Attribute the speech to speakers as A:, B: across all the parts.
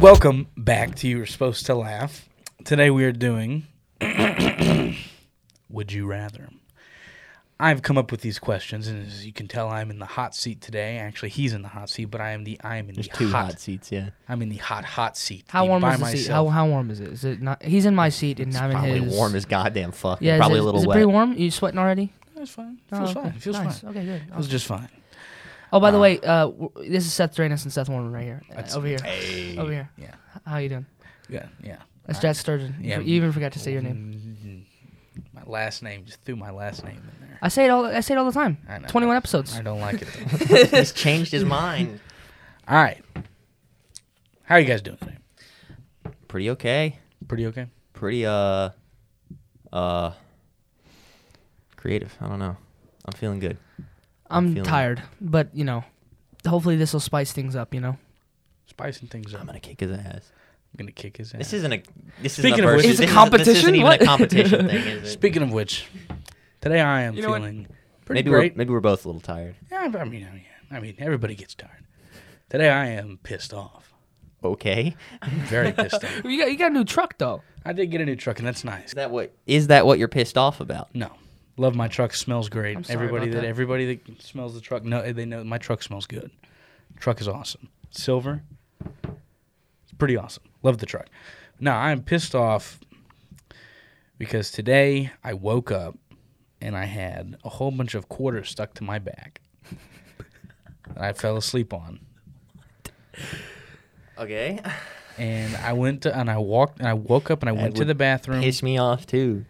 A: Welcome back to You Were Supposed to Laugh. Today we are doing Would You Rather? I've come up with these questions, and as you can tell, I'm in the hot seat today. Actually, he's in the hot seat, but I am the I am in
B: There's
A: the
B: two
A: hot,
B: hot, seats, yeah.
A: I'm in the hot hot seat.
C: How
A: the
C: warm
A: by
C: is the seat? How,
A: myself.
C: how warm is it? Is it not? He's in my seat and I'm in
B: Probably
C: his.
B: warm as goddamn fuck.
C: yeah, is
B: probably
C: it-
B: a little
C: is it
B: wet.
C: pretty warm? you sweating already?
A: It's fine. It
C: Oh,
A: feels
C: okay.
A: fine. It feels
C: nice.
A: fine.
C: Okay, good.
A: It feels just fine.
C: Oh, by the
A: Uh,
C: way, uh, w- this is Seth Drainus and Seth Warren right here, uh, over here,
B: Hey.
C: over here.
A: Yeah.
C: H- How you doing?
A: Yeah. Yeah.
C: That's Jack Sturgeon. You
A: Yeah.
C: f- You even forgot to say your name.
A: name. Mm-hmm. My last name. Just threw my last name in there.
C: I say it all. I say it all the time.
A: I know.
C: Twenty-one episodes.
A: I don't like it. though.
B: He's changed his mind.
A: All right. How are you guys doing today?
B: Pretty okay.
A: Pretty okay.
B: Pretty uh uh creative. I don't know. I'm feeling good.
C: I'm
B: feeling-
C: tired, but you know, hopefully this will spice things up. You know,
A: Spicing things up.
B: I'm
A: I'm
B: gonna kick his ass.
A: gonna kick his ass.
B: This isn't a this
A: Speaking
B: isn't
A: of
B: a
A: which-
B: versus-
A: It's a
B: this isn't- This
C: competition?
B: isn't even
C: What?
B: a competition thing, is it?
A: Speaking of which, today I am
C: You know what?
A: feeling pretty
B: maybe
A: great.
B: we're maybe we're both a little tired.
A: Yeah, but I mean, I mean, I mean, everybody gets tired. Today I am pissed off.
B: Okay.
A: I'm very pissed off.
C: you got you got a new truck though.
A: I did get a new truck, and that's nice.
B: Is that what is that what you're pissed off about?
A: No, love my truck. Smells great.
C: I'm sorry
A: everybody
C: about
A: that,
C: that.
A: everybody that smells the truck, no, they know my truck smells good. Truck is awesome. Silver. It's pretty awesome. Love the truck. Now I am pissed off because today I woke up and I had a whole bunch of quarters stuck to my back that I fell asleep on.
B: Okay.
A: And I went to, and I walked and I woke up and I went to
B: would
A: the bathroom.
B: Piss me off too.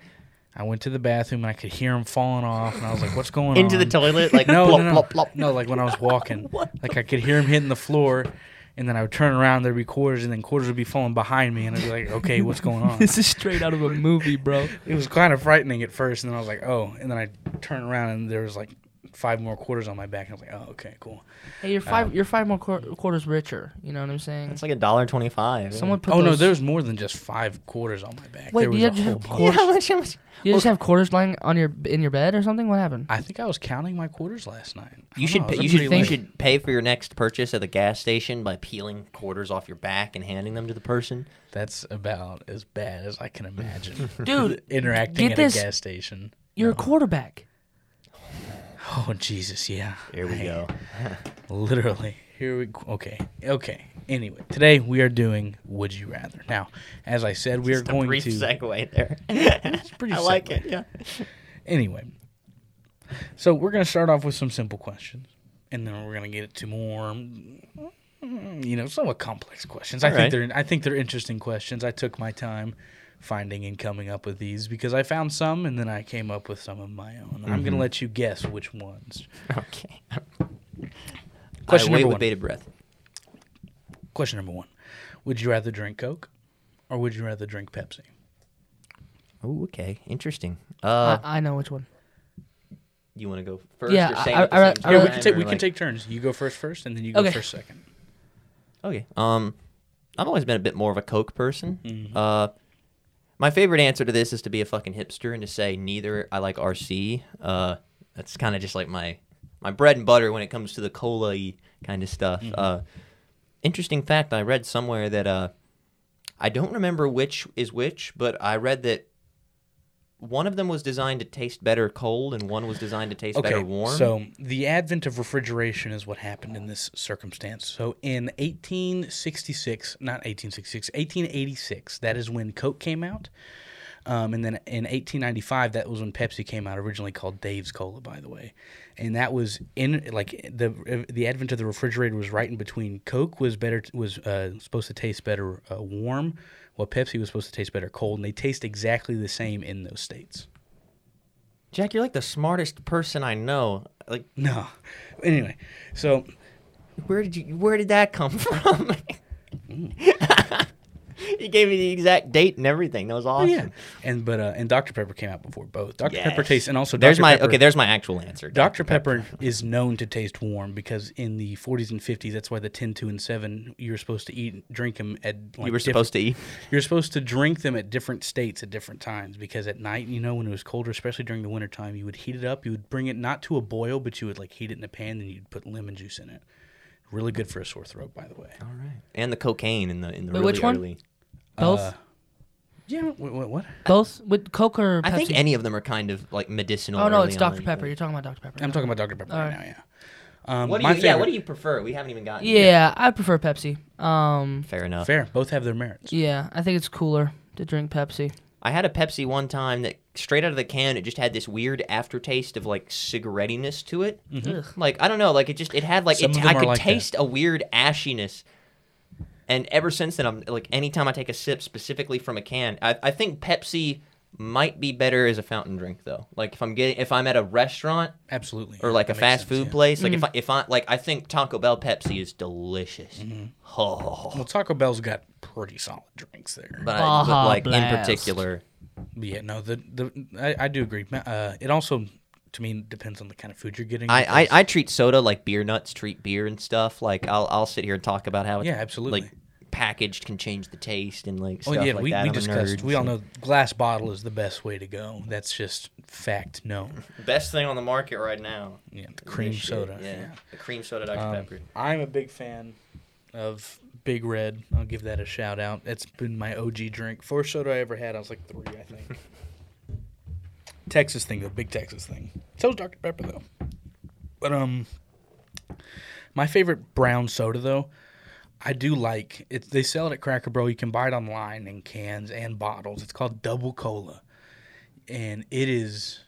A: I went to the bathroom and I could hear them falling off and I was like, "What's going on?"
B: Into
C: Um,
B: the toilet like
A: no,
B: plop,
A: no, no.
B: plop, plop.
A: no, like when I was walking, like I could hear him hitting the floor, and then I would turn around, there'd be quarters, and then quarters would be falling behind me, and I'd be like, okay, what's going on?
C: This is straight out of a movie, bro.
A: it was kind of frightening at first, and then I was like, oh, and then I turned around, and there was like five more quarters on my back, and I was like, oh, okay, cool.
C: Hey,
A: Uh,
C: you're five. you're five more quar- quarters richer. You know what I'm saying?
B: It's like a dollar twenty five.
C: Someone put
A: oh no,
C: those-
A: there's more than just five quarters on my back.
C: Wait,
A: there was
C: you
A: a
C: had-
A: whole
C: you
A: bunch.
B: how much, how much?
C: You just have quarters lying on your in your bed or something? What happened?
A: I think I was counting my quarters last night. I don't
B: You should
A: know, it
B: pay,
A: was Oh, pretty
B: you should
A: late.
B: you should pay for your next purchase at the gas station by peeling quarters off your back and handing them to the person.
A: That's about as bad as I can imagine.
C: Dude,
A: interacting
C: get
A: at
C: this-
A: a gas station.
C: You're a quarterback.
A: Oh Jesus, yeah.
B: Here we go.
A: Literally. Here we go. Okay. Okay. Anyway, today we are doing Would You Rather. Now, as I said, we are
B: Just a
A: going
B: brief
A: to.
B: segue there.
A: pretty
B: I like
A: segue.
B: it. Yeah.
A: Anyway, so we're going to start off with some simple questions, and then we're going to get to more, mm, you know, somewhat complex questions. I
B: All
A: think
B: right.
A: they're I think they're interesting questions. I took my time finding and coming up with these because I found some, and then I came up with some of my own. I'm
B: Mm-hmm.
A: going to let you guess which ones.
B: Okay.
A: Question
B: I wait
A: number
B: with
A: one.
B: bated breath.
A: Question number one: Would you rather drink Coke, or would you rather drink Pepsi?
B: Oh, okay. Interesting. Uh,
C: I, I know which one.
B: you want to go first?
C: yeah,
B: Or same
C: I-
B: at the
C: I-
B: same
C: I-
A: Yeah, we can
C: Alright.
B: time,
A: take
B: or
A: we can
B: like-
A: take turns. You go first, first, and then you go
C: Okay.
A: first, second.
B: Okay. Um, I've always been a bit more of a Coke person. Uh, my favorite answer to this is to be a fucking hipster and to say neither. I like RC. Uh, that's kind of just like my my bread and butter when it comes to the cola kind of stuff. Uh, interesting fact I read somewhere that uh, I don't remember which is which, but I read that. One of them was designed to taste better cold, and one was designed to taste better warm.
A: So the advent of refrigeration is what happened in this circumstance. So in 1866, not 1866, 1886, that is when Coke came out. Um, and then in 1895, that was when Pepsi came out, originally called Dave's Cola, by the way. And that was in like the the advent of the refrigerator was right in between. Coke was better was uh, supposed to taste better uh, warm, while Pepsi was supposed to taste better cold, and they taste exactly the same in those states.
B: Jack, you're like the smartest person I know. Like,
A: No, anyway, so
B: Where did you? Where did that come from? you gave me the exact date and everything. That was awesome.
A: Yeah, and but uh, and Dr Pepper came out before both. Dr Pepper
B: Yes.
A: tastes, and also
B: there's
A: Dr.
B: my
A: Pepper,
B: okay. There's my actual answer.
A: Dr Pepper is known to taste warm because in the 40s and 50s, that's why the 10, 2, and 7 you were supposed to eat drink them at like
B: You were supposed to eat.
A: you're supposed to drink them at different states at different times because at night, you know, when it was colder, especially during the wintertime, you would heat it up. You would bring it not to a boil, but you would like heat it in a pan, and you'd put lemon juice in it. Really good for a sore throat, by the way.
B: All right. And the cocaine in the in the
C: Wait,
B: really
C: which one?
B: early.
C: Both,
A: Uh, Yeah. What? what, what?
C: both with Coke or Pepsi.
B: I think any of them are kind of like medicinal.
C: Oh no,
B: early
C: it's
B: on,
C: Dr
B: you
C: Pepper.
B: think.
C: You're talking about Dr Pepper.
A: I'm talking about Dr Pepper right now. Yeah. Um,
B: What do
A: my
B: you, yeah,
A: favorite-
B: what do you prefer? We haven't even gotten.
C: yeah, I prefer Pepsi. Um,
B: Fair enough.
A: Fair. Both have their merits.
C: yeah, I think it's cooler to drink Pepsi.
B: I had a Pepsi one time that straight out of the can, it just had this weird aftertaste of like cigarettiness to it.
C: Ugh.
B: Like I don't know, like it just it had like
A: Some
B: it,
A: of them
B: I
A: are
B: could
A: like that.
B: taste a weird ashiness. And ever since then, I'm like anytime I take a sip specifically from a can, I, I think Pepsi might be better as a fountain drink though. Like if I'm getting if I'm at a restaurant
A: Absolutely.
B: or like
A: That
B: a
A: makes
B: fast
A: sense,
B: food
A: yeah.
B: place, like if I if I like I think Taco Bell Pepsi is delicious.
A: Mm-hmm.
B: Oh,
A: Well, Taco Bell's got pretty solid drinks there.
B: but, I-
C: Baja
B: but, like in
C: Blast.
B: particular,
A: yeah. No. The the I, I do agree. Uh, it also to me depends on the kind of food you're getting.
B: I, I,
A: because-
B: I treat soda like beer nuts treat beer and stuff. Like I'll I'll sit here and talk about how it's
A: Yeah, absolutely.
B: like packaged can change the taste and like
A: Oh
B: stuff
A: yeah,
B: like
A: we,
B: that.
A: we
B: I'm a
A: discussed.
B: nerd,
A: we all
B: so-
A: know glass bottle is the best way to go. That's just fact. No,
B: best thing on the market right now.
A: yeah, the cream
B: This shit,
A: soda.
B: Yeah.
A: yeah.
B: the cream soda Dr
A: Um,
B: Pepper.
A: I'm a big fan of Big Red. I'll give that a shout out. That's been my OG drink. First soda I ever had, I was like three, I think. Texas thing, the big Texas thing. So is Dr. Pepper though. But um my favorite brown soda though, I do like it they sell it at Cracker Barrel. You can buy it online in cans and bottles. It's called double cola. And it is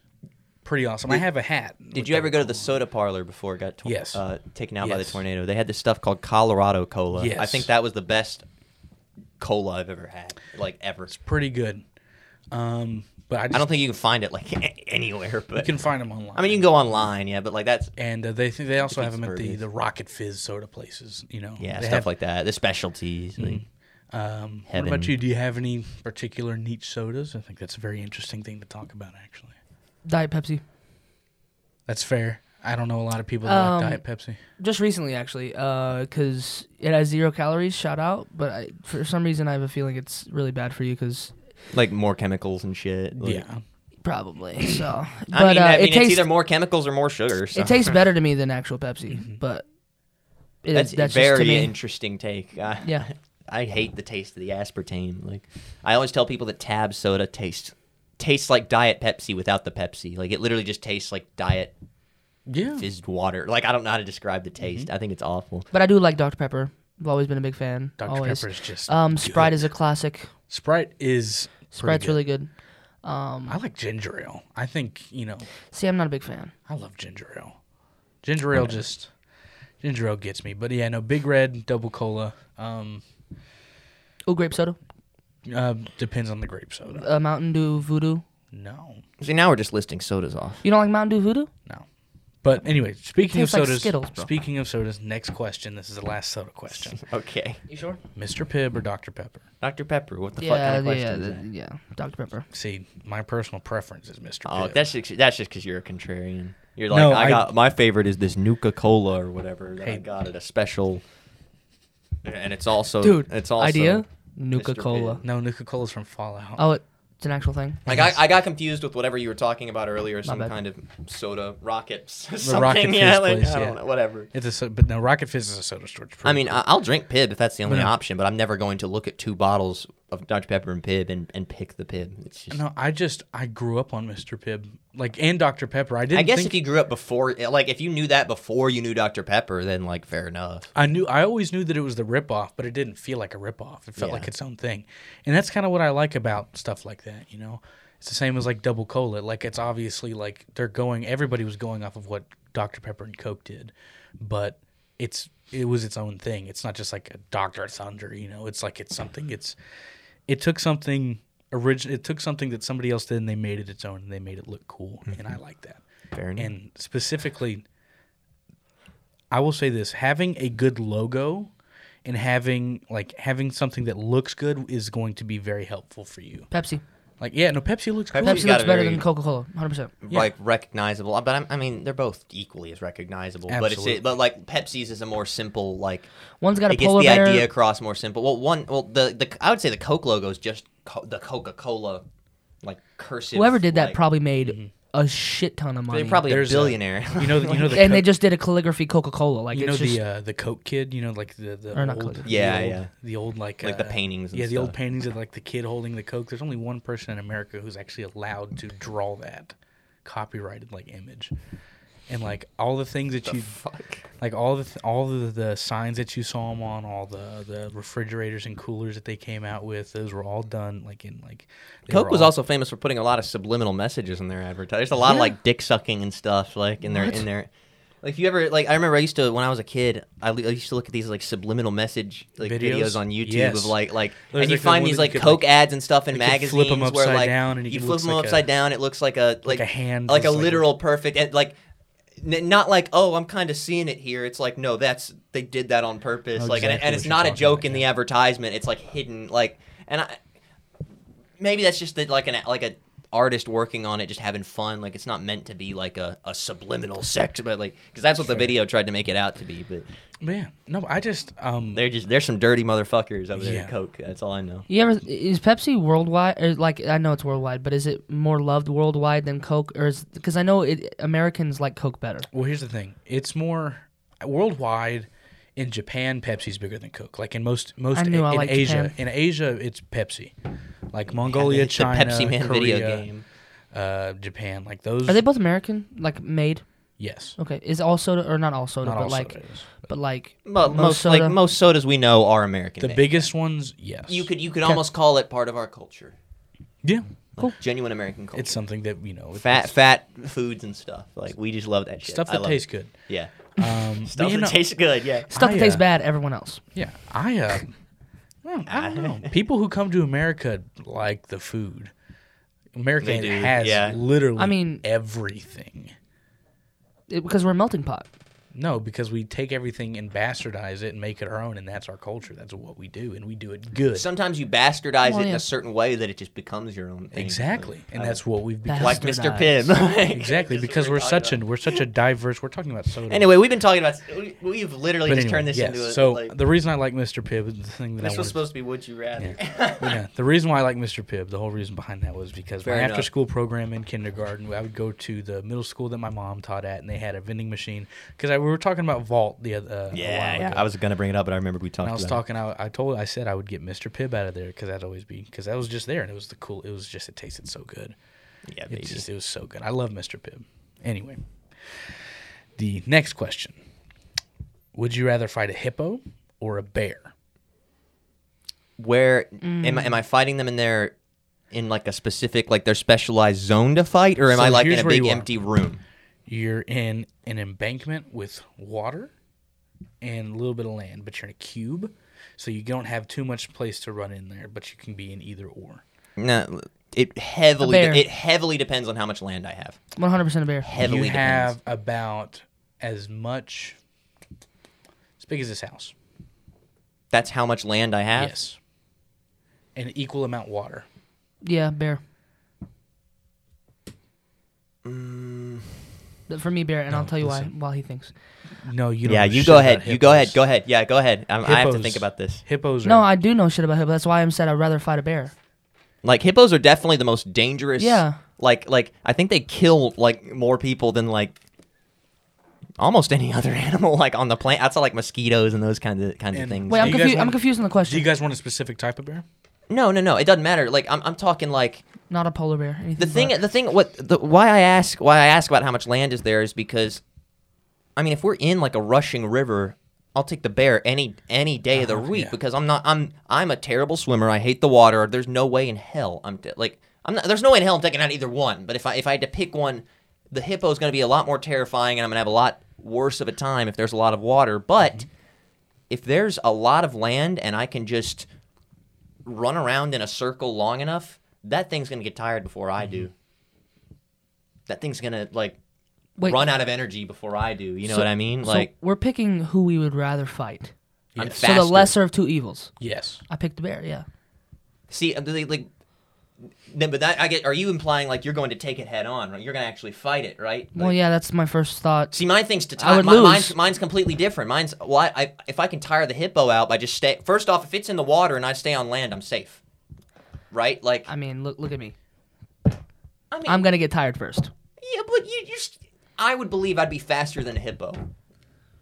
A: pretty awesome. I have a hat.
B: Did you ever go to the soda parlor before it got tor-
A: Yes.
B: uh, taken out by the
A: Yes.
B: tornado? They had this stuff called Colorado Cola. I
A: Yes.
B: think that was the best cola I've ever had, like ever.
A: pretty good. Um but I, just,
B: I don't think you can find it like anywhere, but
A: You can find them online.
B: I mean you can go online, yeah, but like that's
A: and uh, they they also have
B: Defeats
A: them at the,
B: Burpees.
A: the Rocket Fizz soda places. You know,
B: yeah,
A: They
B: stuff
A: have- Mm-hmm.
B: like that. The specialties. like-
A: Um, what
B: Heaven.
A: about you? Do you have any particular niche sodas? I think that's a very interesting thing to talk about. Actually,
C: Diet Pepsi.
A: that's fair. I don't know a lot of people that
C: Um,
A: like Diet Pepsi.
C: Just recently, actually, because it has zero calories. Shout out, but I, for some reason, I have a feeling it's really bad for you. Because
B: like more chemicals and shit. like-
A: yeah,
C: probably so.
B: I mean,
C: uh,
B: I mean
C: it
B: it's
C: tastes
B: either more chemicals or more sugar. So. Mm-hmm.
C: it tastes better to me than actual Pepsi, but it is-
B: that's,
C: that's,
B: a
C: just to
B: very
C: me.
B: interesting take. I,
C: Yeah.
B: I hate the taste of the aspartame. Like I always tell people that Tab soda tastes tastes like Diet Pepsi without the Pepsi. Like it literally just tastes like Diet
C: Oh.
A: yeah.
B: fizzed water. Like I don't know how to describe
C: Mm-hmm.
B: the taste. I think it's awful.
C: But I do like Dr Pepper. I've always been a big fan.
A: Dr
C: always.
A: Pepper is just
C: Um,
A: good.
C: Sprite is a classic.
A: Sprite is pretty
C: Sprite's
A: good.
C: really good.
A: I like ginger ale. I think you know
C: See, I'm not a big fan.
A: I love ginger ale. Ginger ale just ginger ale gets me. But yeah, no big red double cola. Um,
C: Oh, grape soda.
A: uh, depends on the grape soda.
C: Uh, Mountain Dew Voodoo.
A: No,
B: See, now we're just listing sodas off.
C: You don't like Mountain Dew Voodoo?
A: No. But anyway, speaking of
C: tastes like
A: sodas,
C: Skittles, bro.
A: speaking of sodas, next question. This is the last soda question.
B: Okay,
C: You sure?
A: Mr. Pibb or Dr. Pepper?
B: Dr Pepper. What the fuck
C: Yeah,
B: kind of question?
C: yeah,
B: is
C: yeah,
B: that?
C: yeah. Dr Pepper.
A: See, my personal preference is Mr.
B: Oh,
A: Pibb.
B: that's just, that's just because you're a contrarian. You're like,
A: No,
B: I,
A: I-
B: got my favorite is this Nuka Cola or whatever that I
A: Hey.
B: got at a special, and it's also
C: Dude,
B: Oh, It's also
C: idea Nuka
B: Mr.
C: Cola.
A: no, Nuka Cola's from Fallout.
C: Oh, it, it's an actual thing.
B: Like I, I got confused with whatever you were talking about earlier, some
C: bad.
B: kind of soda rockets, something.
A: Rocket Fizz
B: yeah, like,
A: place,
B: I don't
A: yeah.
B: know, whatever.
A: It's a so- but no, Rocket Fizz is a soda store. It's
B: I
A: pretty
B: mean,
A: cool.
B: I- I'll drink Pib if that's the only
A: Yeah.
B: option, but I'm never going to look at two bottles of Dr Pepper and Pib and, and pick the Pib. It's just.
A: no, I just I grew up on Mr. Pibb, like and Dr. Pepper. I didn't.
B: I guess
A: think,
B: if you grew up before, like if you knew that before you knew Dr Pepper, then like fair enough.
A: I knew I always knew that it was the ripoff, but it didn't feel like a ripoff. It felt
B: Yeah.
A: like its own thing, and that's kind of what I like about stuff like that. You know, it's the same as like Double Cola. Like it's obviously like they're going. Everybody was going off of what Dr Pepper and Coke did, but it's it was its own thing. It's not just like a Dr Thunder. You know, it's like it's something. It's it took something original. It took something that somebody else did, and they made it its own, and they made it look cool, and I like that.
B: Fair enough.
A: And specifically, I will say this: having a good logo and having like having something that looks good is going to be very helpful for you.
C: Pepsi.
A: Like, yeah, no, Pepsi looks cool.
B: Pepsi's
C: Pepsi
B: got
C: looks
B: a
C: better
B: very-
C: than Coca Cola, 100%.
A: Yeah.
B: like recognizable. But I'm, I mean, they're both equally as recognizable. But it's
A: Absolutely.
B: it, but like Pepsi's is a more simple like.
C: One's got a
B: it gets
C: polar
B: the
C: bear.
B: idea across more simple. Well, one well the the I would say the Coke logo is just co- the Coca Cola like cursive.
C: Whoever did that
B: like- mm-hmm.
C: probably made a shit ton of money.
B: They're probably a
A: There's a-
B: billionaire.
A: You know, the, you know the
C: and they
A: Coke-
C: just did a calligraphy Coca Cola. Like
A: you know
C: it's just
A: the uh, the Coke kid. You know, like the the
C: Or
A: old,
C: not Coke.
A: the
B: Yeah,
A: old-
B: yeah.
A: the old like
B: Like the
A: uh,
B: paintings and
A: yeah, the old
B: stuff.
A: paintings of like the kid holding the Coke. There's only one person in America who's actually allowed to draw that copyrighted like image, and like all the things that you
B: Fuck.
A: like all the th- all the, the signs that you saw them on, all the the refrigerators and coolers that they came out with, those were all done like in like they
B: Coke
A: were
B: was
A: all-
B: also famous for putting a lot of subliminal messages in their advertising. There's a lot of
C: Yeah.
B: like dick sucking and stuff like in their in their like if you ever like I remember I used to when I was a kid I, le- I used to look at these like subliminal message like videos,
A: Videos?
B: on YouTube
A: Yes.
B: of like like
A: There's,
B: and you
A: like, the one
B: find
A: that
B: these
A: you
B: like
A: could,
B: Coke ads and stuff in
A: like, you could
B: magazines
A: flip 'em
B: where
A: upside
B: like
A: down and it
B: you flip
A: looks
B: them
A: like
B: upside
A: a-
B: down it looks like a like,
A: a hand
B: like a
A: that's, like-
B: literal perfect and like n- not like oh I'm kind of seeing it here it's like no that's they did that on purpose
A: Know
B: like and,
A: exactly
B: and
A: what
B: it's
A: you're
B: not a
A: talking
B: joke
A: about,
B: in
A: yeah.
B: the advertisement it's like hidden like and I maybe that's just that like an like a artist working on it just having fun like it's not meant to be like a, a subliminal sex but like because that's what the video tried to make it out to be but
A: man. No, I just um
B: they're just there's some dirty motherfuckers over there
A: Yeah.
B: at coke that's all i know
C: You ever is Pepsi worldwide? Or like I know it's worldwide, but is it more loved worldwide than Coke? Or is because I know it, Americans like Coke better.
A: Well, here's the thing. It's more worldwide. In Japan, Pepsi's bigger than Coke. Like in most most
C: I knew
A: in
C: I liked
A: Asia,
C: Japan.
A: in Asia, it's Pepsi. Like Mongolia,
B: It's
A: China,
B: the pepsi man
A: Korea,
B: video game
A: uh, Japan. Like those.
C: Are they both American? Like made?
A: yes.
C: Okay, is all soda or not all soda?
A: Not
C: but
A: all
C: like,
A: sodas.
C: but like
B: Mo- most,
C: most soda-
B: like most sodas we know are american
A: The
B: made.
A: biggest ones, yes.
B: you could you could almost call it part of our culture
A: Yeah,
B: cool. genuine american culture
A: it's something that you know.
B: fat
A: it's
B: fat foods and stuff like we just love that shit
A: stuff
B: I
A: that
B: love
A: tastes
B: it.
A: good.
B: yeah
A: Um, but
B: stuff
A: you
B: that
A: know-
B: tastes good yeah
C: stuff
A: I,
C: that tastes
A: uh,
C: bad. Everyone else.
A: Yeah, I. Uh, well, I don't know. People who come to America like the food. America
B: They do,
A: has
B: yeah.
A: literally.
C: I mean-
A: everything.
C: It- because we're a melting pot.
A: No, because we take everything and bastardize it and make it our own, and that's our culture. That's what we do, and we do it good.
B: sometimes you bastardize
C: Well,
B: it in
C: yeah.
B: a certain way that it just becomes your own thing.
A: exactly, and
B: I-
A: that's what we've become.
B: like Mr. Pibb.
A: exactly, because we're such a we're such a diverse. We're talking about soda.
B: Anyway, we've been talking about. we- We've literally
A: but
B: just
A: anyway,
B: turned this
A: yes.
B: into a.
A: so
B: like,
A: the reason I like Mr. Pibb, is the thing that I
B: this was
A: wanted
B: supposed to be Would You Rather.
A: yeah, the reason why I like Mr. Pibb, the whole reason behind that was because
B: Fair
A: my
B: enough.
A: after school program in kindergarten, I would go to the middle school that my mom taught at, and they had a vending machine. Because we were talking about Vault the other. Uh, a while ago.
B: was gonna bring it up, but I remembered we talked.
A: And I was talking. I, I told. I said I would get Mr. Pibb out of there because that'd always be because that was just there and it was the cool. It was just it tasted so good.
B: Yeah,
A: It just it was so good. I love Mr. Pibb. Anyway, the next question: Would you rather fight a hippo or a bear?
B: Where
C: Mm.
B: am I? Am I fighting them in their, in like a specific like their specialized zone to fight, or am
A: So
B: I like in
A: here's
B: a
A: where
B: big
A: you are.
B: empty room?
A: You're in an embankment with water and a little bit of land, but you're in a cube, so you don't have too much place to run in there. But you can be in either or.
B: No, it heavily
C: bear.
B: it heavily depends on how much land I have.
C: One hundred percent a bear.
B: Heavily
A: you
B: depends.
A: have about as much as big as this house.
B: That's how much land I have.
A: Yes. An equal amount water.
C: Yeah, bear. Th- For me, bear, and I'll tell you why. While he thinks,
A: No, you don't. know
B: Yeah, you
A: shit
B: go
A: about
B: ahead. You go ahead.
A: hippos.
B: Go ahead. Yeah, go ahead. I'm, I have to
A: Hippos-
B: think about this.
A: Hippos. Are,
C: no, I do know shit about him. That's why I'm said I'd rather fight a bear.
B: Like hippos are definitely the most dangerous.
C: Yeah.
B: Like like I think they kill like more people than like almost any other animal like on the planet outside like mosquitoes and those kinds of kinds of
A: And-
B: things.
C: Wait, I'm
A: you guys
C: confused. I'm
A: want-
C: confused on the
A: Do
C: question.
A: you guys want a specific type of bear?
B: no, no, no. It doesn't matter. Like I'm I'm talking like
C: Not a polar bear. anything
B: the thing
C: but-
B: the thing what the why I ask why I ask about how much land is there is because I mean if we're in like a rushing river I'll take the bear any any day of the
A: Uh-huh,
B: week
A: yeah.
B: because I'm not I'm I'm a terrible swimmer I hate the water there's no way in hell I'm t- like I'm not, there's no way in hell I'm taking out either one but if I if I had to pick one the hippo is going to be a lot more terrifying and I'm going to have a lot worse of a time if there's a lot of water but if there's a lot of land and I can just run around in a circle long enough, that thing's gonna get tired before I do. That thing's gonna like
C: Wait.
B: run out of energy before I do. You know
C: So-
B: what I mean?
C: so
B: Like
C: we're picking who we would rather fight.
B: I'm
A: Yes.
B: faster.
C: So the lesser of two evils.
A: Yes.
C: I picked the bear. Yeah.
B: See, I'm like, like no, but that I get. Are you implying like you're going to take it head on? Right? You're gonna actually fight it, right?
C: Well,
B: Like-
C: yeah, that's my first thought.
B: See, my thing's to
C: I
B: tire.
C: would
B: My,
C: lose.
B: mine's, mine's completely different. Mine's why I if I can tire the hippo out by just stay. First off, if it's in the water and I stay on land, I'm safe. Right? Like
C: I mean, look, look at me.
B: I mean,
C: I'm gonna get tired first.
B: but you, you st- I would believe I'd be faster than a hippo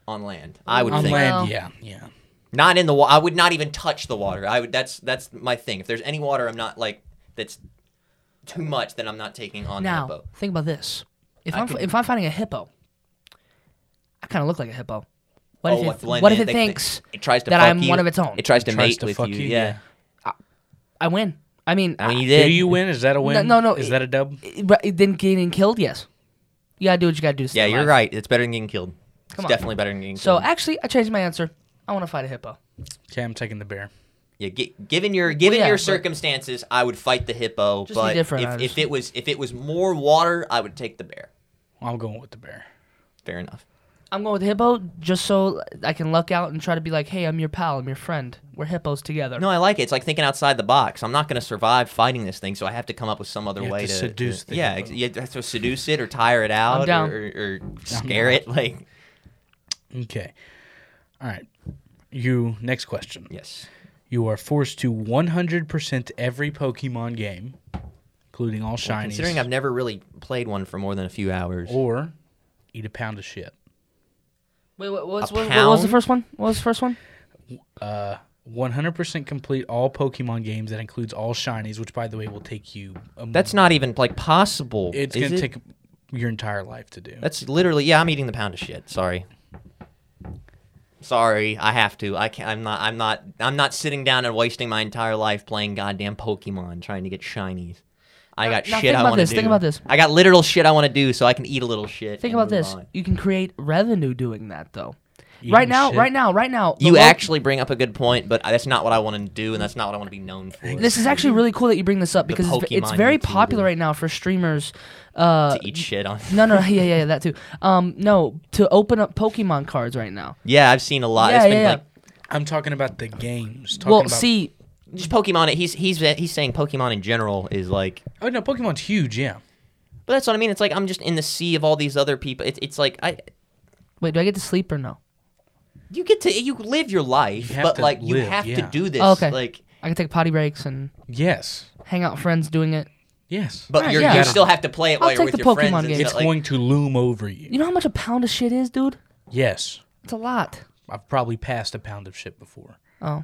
B: on land. I would
A: On
B: think
A: land,
C: Well-
A: yeah, yeah.
B: not in the water. I would not even touch the water. I would. That's that's my thing. If there's any water, I'm not like that's too much. Then I'm not taking on
C: Now,
B: the hippo.
C: think about this. If
B: I
C: I'm
B: can-
C: if I'm finding a hippo, I kind of look like a hippo. What
B: Oh,
C: if
B: with
C: it,
B: land
C: what if
B: in,
C: it
B: they-
C: thinks
B: it tries to
C: that
B: fuck
C: I'm
B: you.
C: one of its own?
B: It tries to
A: Tries
B: mate
A: to
B: with
A: fuck
B: you.
A: you, Ah,
B: Yeah.
C: I win? I mean,
B: I mean, you
A: Do
B: did.
A: you win? Is that a win?
C: no, no,
A: Is
C: it-
A: that a dub?
C: I- but then getting killed, yes. You gotta do what you gotta do. To stay
B: yeah, you're
C: alive.
B: right. It's better than getting killed. It's
C: Come on.
B: definitely better than getting
C: So
B: killed.
C: actually, I changed my answer. I want to fight a hippo.
A: Okay, I'm taking the bear.
B: Yeah, gi- given your given
C: yeah,
B: your
C: but-
B: circumstances, I would fight the hippo.
C: Just be
B: but
C: different,
B: if, if
C: obviously.
B: it was if it was more water, I would take the bear.
A: I'm going with the bear.
B: Fair enough.
C: I'm going with hippo just so I can luck out and try to be like, hey, I'm your pal, I'm your friend. We're hippos together.
B: No, I like it. It's like thinking outside the box. I'm not going to survive fighting this thing, so I have to come up with some other
A: You have
B: way
A: to seduce the
B: yeah,
A: hippo.
B: ex- you have to seduce it or tire it out or-
C: down.
B: or, or scare it. Like
A: Okay. All right. You next question.
B: yes,
A: You are forced to 100% every Pokemon game, including all shinies,
B: considering I've never really played one for more than a few hours.
A: or eat a pound of shit.
C: Wait, what, what's,
B: A
C: what, what was the
B: pound?
C: first one? What was the first one?
A: 100% complete all Pokemon games. That includes all shinies, which, by the way, will take you. A
B: That's not even like possible.
A: It's
B: is
A: going to
B: it?
A: take your entire life to do.
B: That's literally yeah. I'm eating the pound of shit. Sorry. Sorry, I have to. I can't. I'm not. I'm not. I'm not sitting down and wasting my entire life playing goddamn Pokemon trying to get shinies. I got
C: Uh, now
B: shit
C: think
B: I
C: about
B: want to
C: this,
B: do.
C: think about this.
B: I got literal shit I want to do, so I can eat a little shit.
C: Think
B: and
C: about
B: move
C: this.
B: on.
C: You can create revenue doing that, though.
A: Eating
C: right now,
A: shit.
C: right now, right now. the
B: You
C: lo-
B: actually bring up a good point, but that's not what I want to do, and that's not what I want to be known for.
C: This is actually really cool that you bring this up because it's, it's
B: Pokemon
C: very
B: YouTuber.
C: popular right now for streamers. Uh,
B: to eat shit on.
C: no, no, yeah, yeah, yeah, that too. Um, no, to open up Pokemon cards right now.
B: yeah, I've seen a lot.
C: Yeah,
B: it's been
C: yeah,
B: like
A: I'm talking about the games. Talking
C: Well,
A: about,
C: see,
B: just Pokemon. He's he's he's saying Pokemon in general is like
A: Oh, no, Pokemon's huge, yeah.
B: But that's what I mean. It's like I'm just in the sea of all these other people. It's it's like I
C: wait, do I get to sleep or no?
B: you get to you live your life,
A: You have
B: but
A: to
B: like you
A: live,
B: have to
A: yeah.
B: do this.
C: Oh, okay.
B: Like,
C: I can take potty breaks and
A: Yes.
C: hang out with friends doing it.
A: Yes.
B: but
C: Right,
B: you're,
C: yeah.
B: you still have to play it
C: I'll
B: while you're
C: take
B: with
C: the
B: your
C: Pokemon
B: friends. and
C: game.
B: stuff,
A: It's
B: like-
A: going to loom over you.
C: You know how much a pound of shit is, dude?
A: Yes.
C: It's a lot.
A: I've probably passed a pound of shit before.
C: Oh,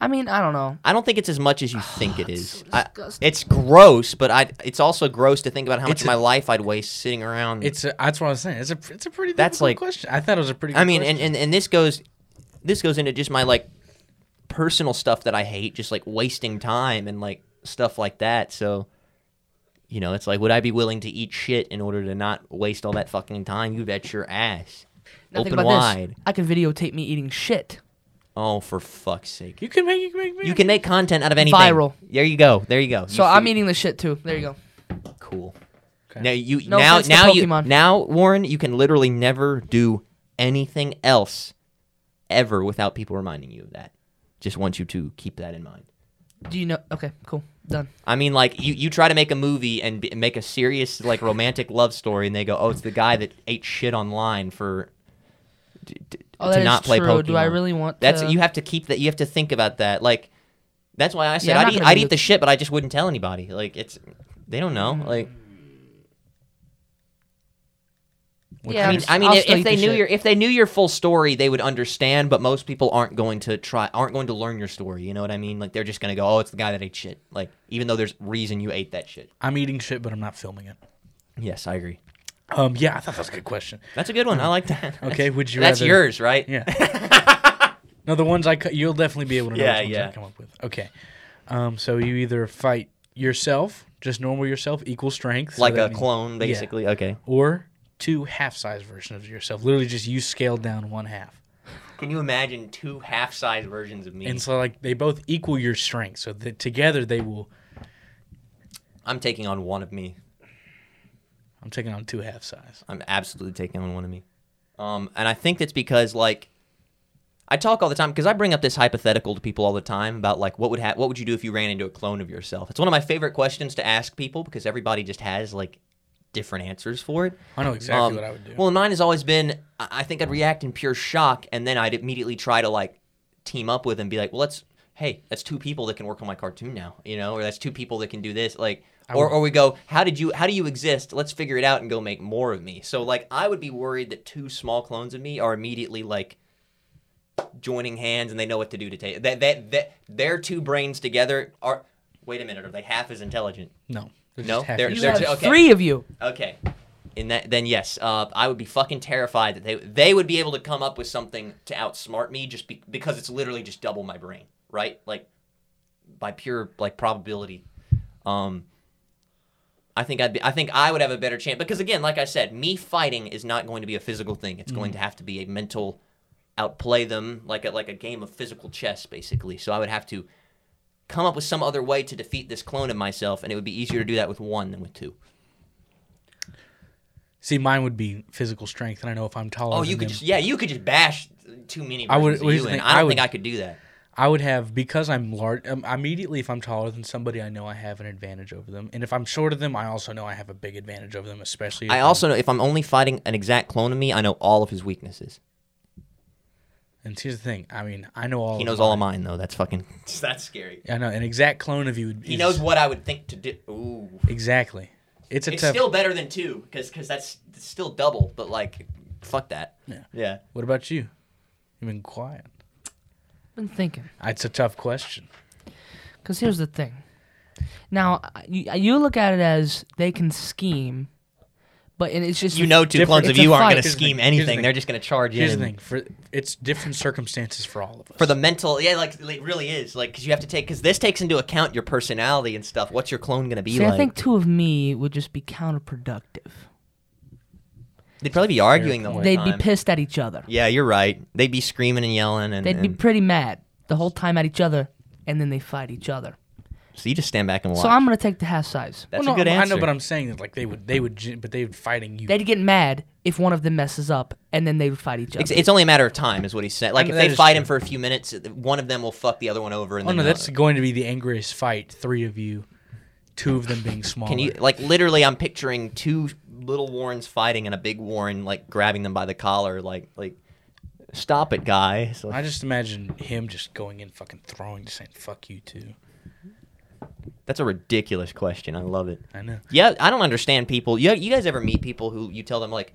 C: I mean, I don't know.
B: I don't think it's as much as you think it is. I-
C: disgusting.
B: it's gross, but I it's also gross to think about how much
A: It's
B: of my life I'd waste sitting around.
A: It's a, that's what I was saying. It's a it's a pretty
B: That's
A: difficult
B: like-
A: question. I thought it was a pretty. Good
B: I mean,
A: question.
B: and, and and this goes this goes into just my like personal stuff that I hate, just like wasting time and like stuff like that. So you know, it's like would I be willing to eat shit in order to not waste all that fucking time? You bet your ass.
C: Now think
B: Open
C: about
B: wide.
C: This. I can videotape me eating shit.
B: Oh, for fuck's sake.
A: you can make you can make
B: You can make content out of anything.
C: Viral.
B: There you go. There you go. You
C: So I'm
B: see-
C: eating the shit too. There you go.
B: cool.
A: Okay.
B: Now you
C: No
B: now
C: offense to
B: now you
C: Pokemon.
B: now Warren, you can literally never do anything else ever without people reminding you of that. Just want you to keep that in mind.
C: Do you know? Okay, cool, done.
B: I mean, like you, you try to make a movie and b- make a serious like romantic love story, and they go, "Oh, it's the guy that ate shit online for d- d-
C: Oh,
B: to
C: that is
B: not play
C: true.
B: Pokemon."
C: Do I really want?
B: That's
C: to...
B: you have to keep that. You have to think about that. Like that's why I said
C: Yeah, I'm
B: I'd,
C: not
B: eat,
C: gonna
B: I'd
C: do
B: eat the shit, but I just wouldn't tell anybody. Like it's they don't know. Like
C: Yeah,
B: I
C: I'm
B: mean,
C: s-
B: I mean,
C: I'll
B: if,
C: still
B: if
C: eat
B: they
C: the
B: knew
C: shit.
B: your if they knew your full story, they would understand. But most people aren't going to try, aren't going to learn your story. You know what I mean? Like they're just gonna go, "Oh, it's the guy that ate shit." Like even though there's reason you ate that shit.
A: I'm eating shit, but I'm not filming it.
B: Yes, I agree.
A: Um, yeah, I thought that was a good question.
B: That's a good one. I like that.
A: Okay, would you?
B: That's
A: rather-
B: yours, right?
A: Yeah. no, the ones I cut, you'll definitely be able to know
B: Yeah,
A: which ones I
B: yeah.
A: come up with. Okay, um, so you either fight yourself, just normal yourself, equal strength, so
B: Like
A: that
B: a
A: means-
B: clone, basically. Okay.
A: or two half-size versions of yourself. Literally, just you scaled down one half.
B: Can you imagine two half-size versions of me?
A: And so, like, they both equal your strength, so that together they will.
B: I'm taking on one of me.
A: I'm taking on two half size.
B: I'm absolutely taking on one of me. Um, and I think that's because like I talk all the time because I bring up this hypothetical to people all the time about like what would ha- what would you do if you ran into a clone of yourself? It's one of my favorite questions to ask people because everybody just has like different answers for it.
A: I know exactly
B: Um,
A: what I would do.
B: Well, mine has always been I I think I'd react in pure shock, and then I'd immediately try to like team up with and be like, well, let's hey, that's two people that can work on my cartoon now, you know, or that's two people that can do this. Like, or,
A: would-
B: or we go, how did you how do you exist? Let's figure it out and go make more of me. So like I would be worried that two small clones of me are immediately like joining hands and they know what to do to take that that that their two brains together are wait a minute, are they half as intelligent?
A: No. They're
B: No,
A: just half
B: they're-
A: your
C: You
B: they're
A: size.
C: have
B: ju- okay.
C: three of you.
B: Okay. In that then yes, uh, I would be fucking terrified that they they would be able to come up with something to outsmart me just be, because it's literally just double my brain, right? Like by pure like probability. Um I think I'd be, I think I would have a better chance because again, like I said, me fighting is not going to be a physical thing. It's going to have to be a mental outplay them like a like a game of physical chess basically. So I would have to come up with some other way to defeat this clone of myself and it would be easier to do that with one than with two.
A: See, mine would be physical strength, and I know if I'm taller.
B: Oh,
A: than
B: you could
A: them-
B: just yeah, you could just bash too many.
A: I would-
B: versions of
A: here's
B: you,
A: the thing,
B: and I
A: I
B: don't
A: would-
B: think I could do that.
A: I would have because I'm large. Um, immediately, if I'm taller than somebody, I know I have an advantage over them, and if I'm shorter than them, I also know I have a big advantage over them. Especially, if
B: I
A: I'm-
B: also know if I'm only fighting an exact clone of me, I know all of his weaknesses.
A: and here's the thing. I mean, I know all.
B: He
A: of
B: knows
A: mine.
B: all of mine though. That's fucking. That's scary.
A: I know an exact clone of you. Would,
B: He
A: is-
B: knows what I would think to do. Ooh,
A: exactly. It's a
B: it's
A: tough.
B: still better than two because that's it's still double. But like, fuck that.
A: Yeah.
B: Yeah.
A: what about you? You've been quiet.
C: I've been thinking.
A: It's a tough question.
C: Because here's the thing. Now, I- you, you look at it as they can scheme, but and it's just
B: You know, two
A: Different-
B: clones of
C: it's a
B: you aren't
C: fight.
B: going to
A: Here's the
B: scheme
A: thing, here's the
B: anything.
A: thing.
B: They're just going to charge
A: Here's
B: in.
A: the thing: for it's different circumstances for all of us.
B: For the mental, yeah, like it really is, like because you have to take because this takes into account your personality and stuff. What's your clone going to be
C: See,
B: like?
C: I think two of me would just be counterproductive.
B: They'd probably be arguing the
A: point.
B: whole
C: They'd be
B: time.
C: pissed at each other.
B: Yeah, you're right. They'd be screaming and yelling, and,
C: They'd be
B: and-
C: pretty mad the whole time at each other, and then they fight each other.
B: so you just stand back and watch.
C: So I'm gonna take the half size.
B: That's
A: Well,
B: a
A: no,
B: good
A: I-
B: answer.
A: I know, but I'm saying that like they would, they would, gen- but they would fighting you.
C: They'd get mad if one of them messes up, and then they would fight each other.
B: it's, it's only a matter of time, is what he's saying. Like
A: I mean,
B: if
A: that
B: they
A: is
B: fight
A: true.
B: him for a few minutes, one of them will fuck the other one over, and
A: Oh
B: then
A: no,
B: the
A: that's
B: other-
A: going to be the angriest fight. Three of you, two of them being smaller.
B: Can you like literally? I'm picturing two little Warrens fighting and a big Warren like grabbing them by the collar, like like, stop it, guy. So,
A: I just imagine him just going in, fucking throwing, just saying "fuck you too."
B: that's a ridiculous question. I love it.
A: I know.
B: Yeah, I don't understand people. You, you guys ever meet people who you tell them like,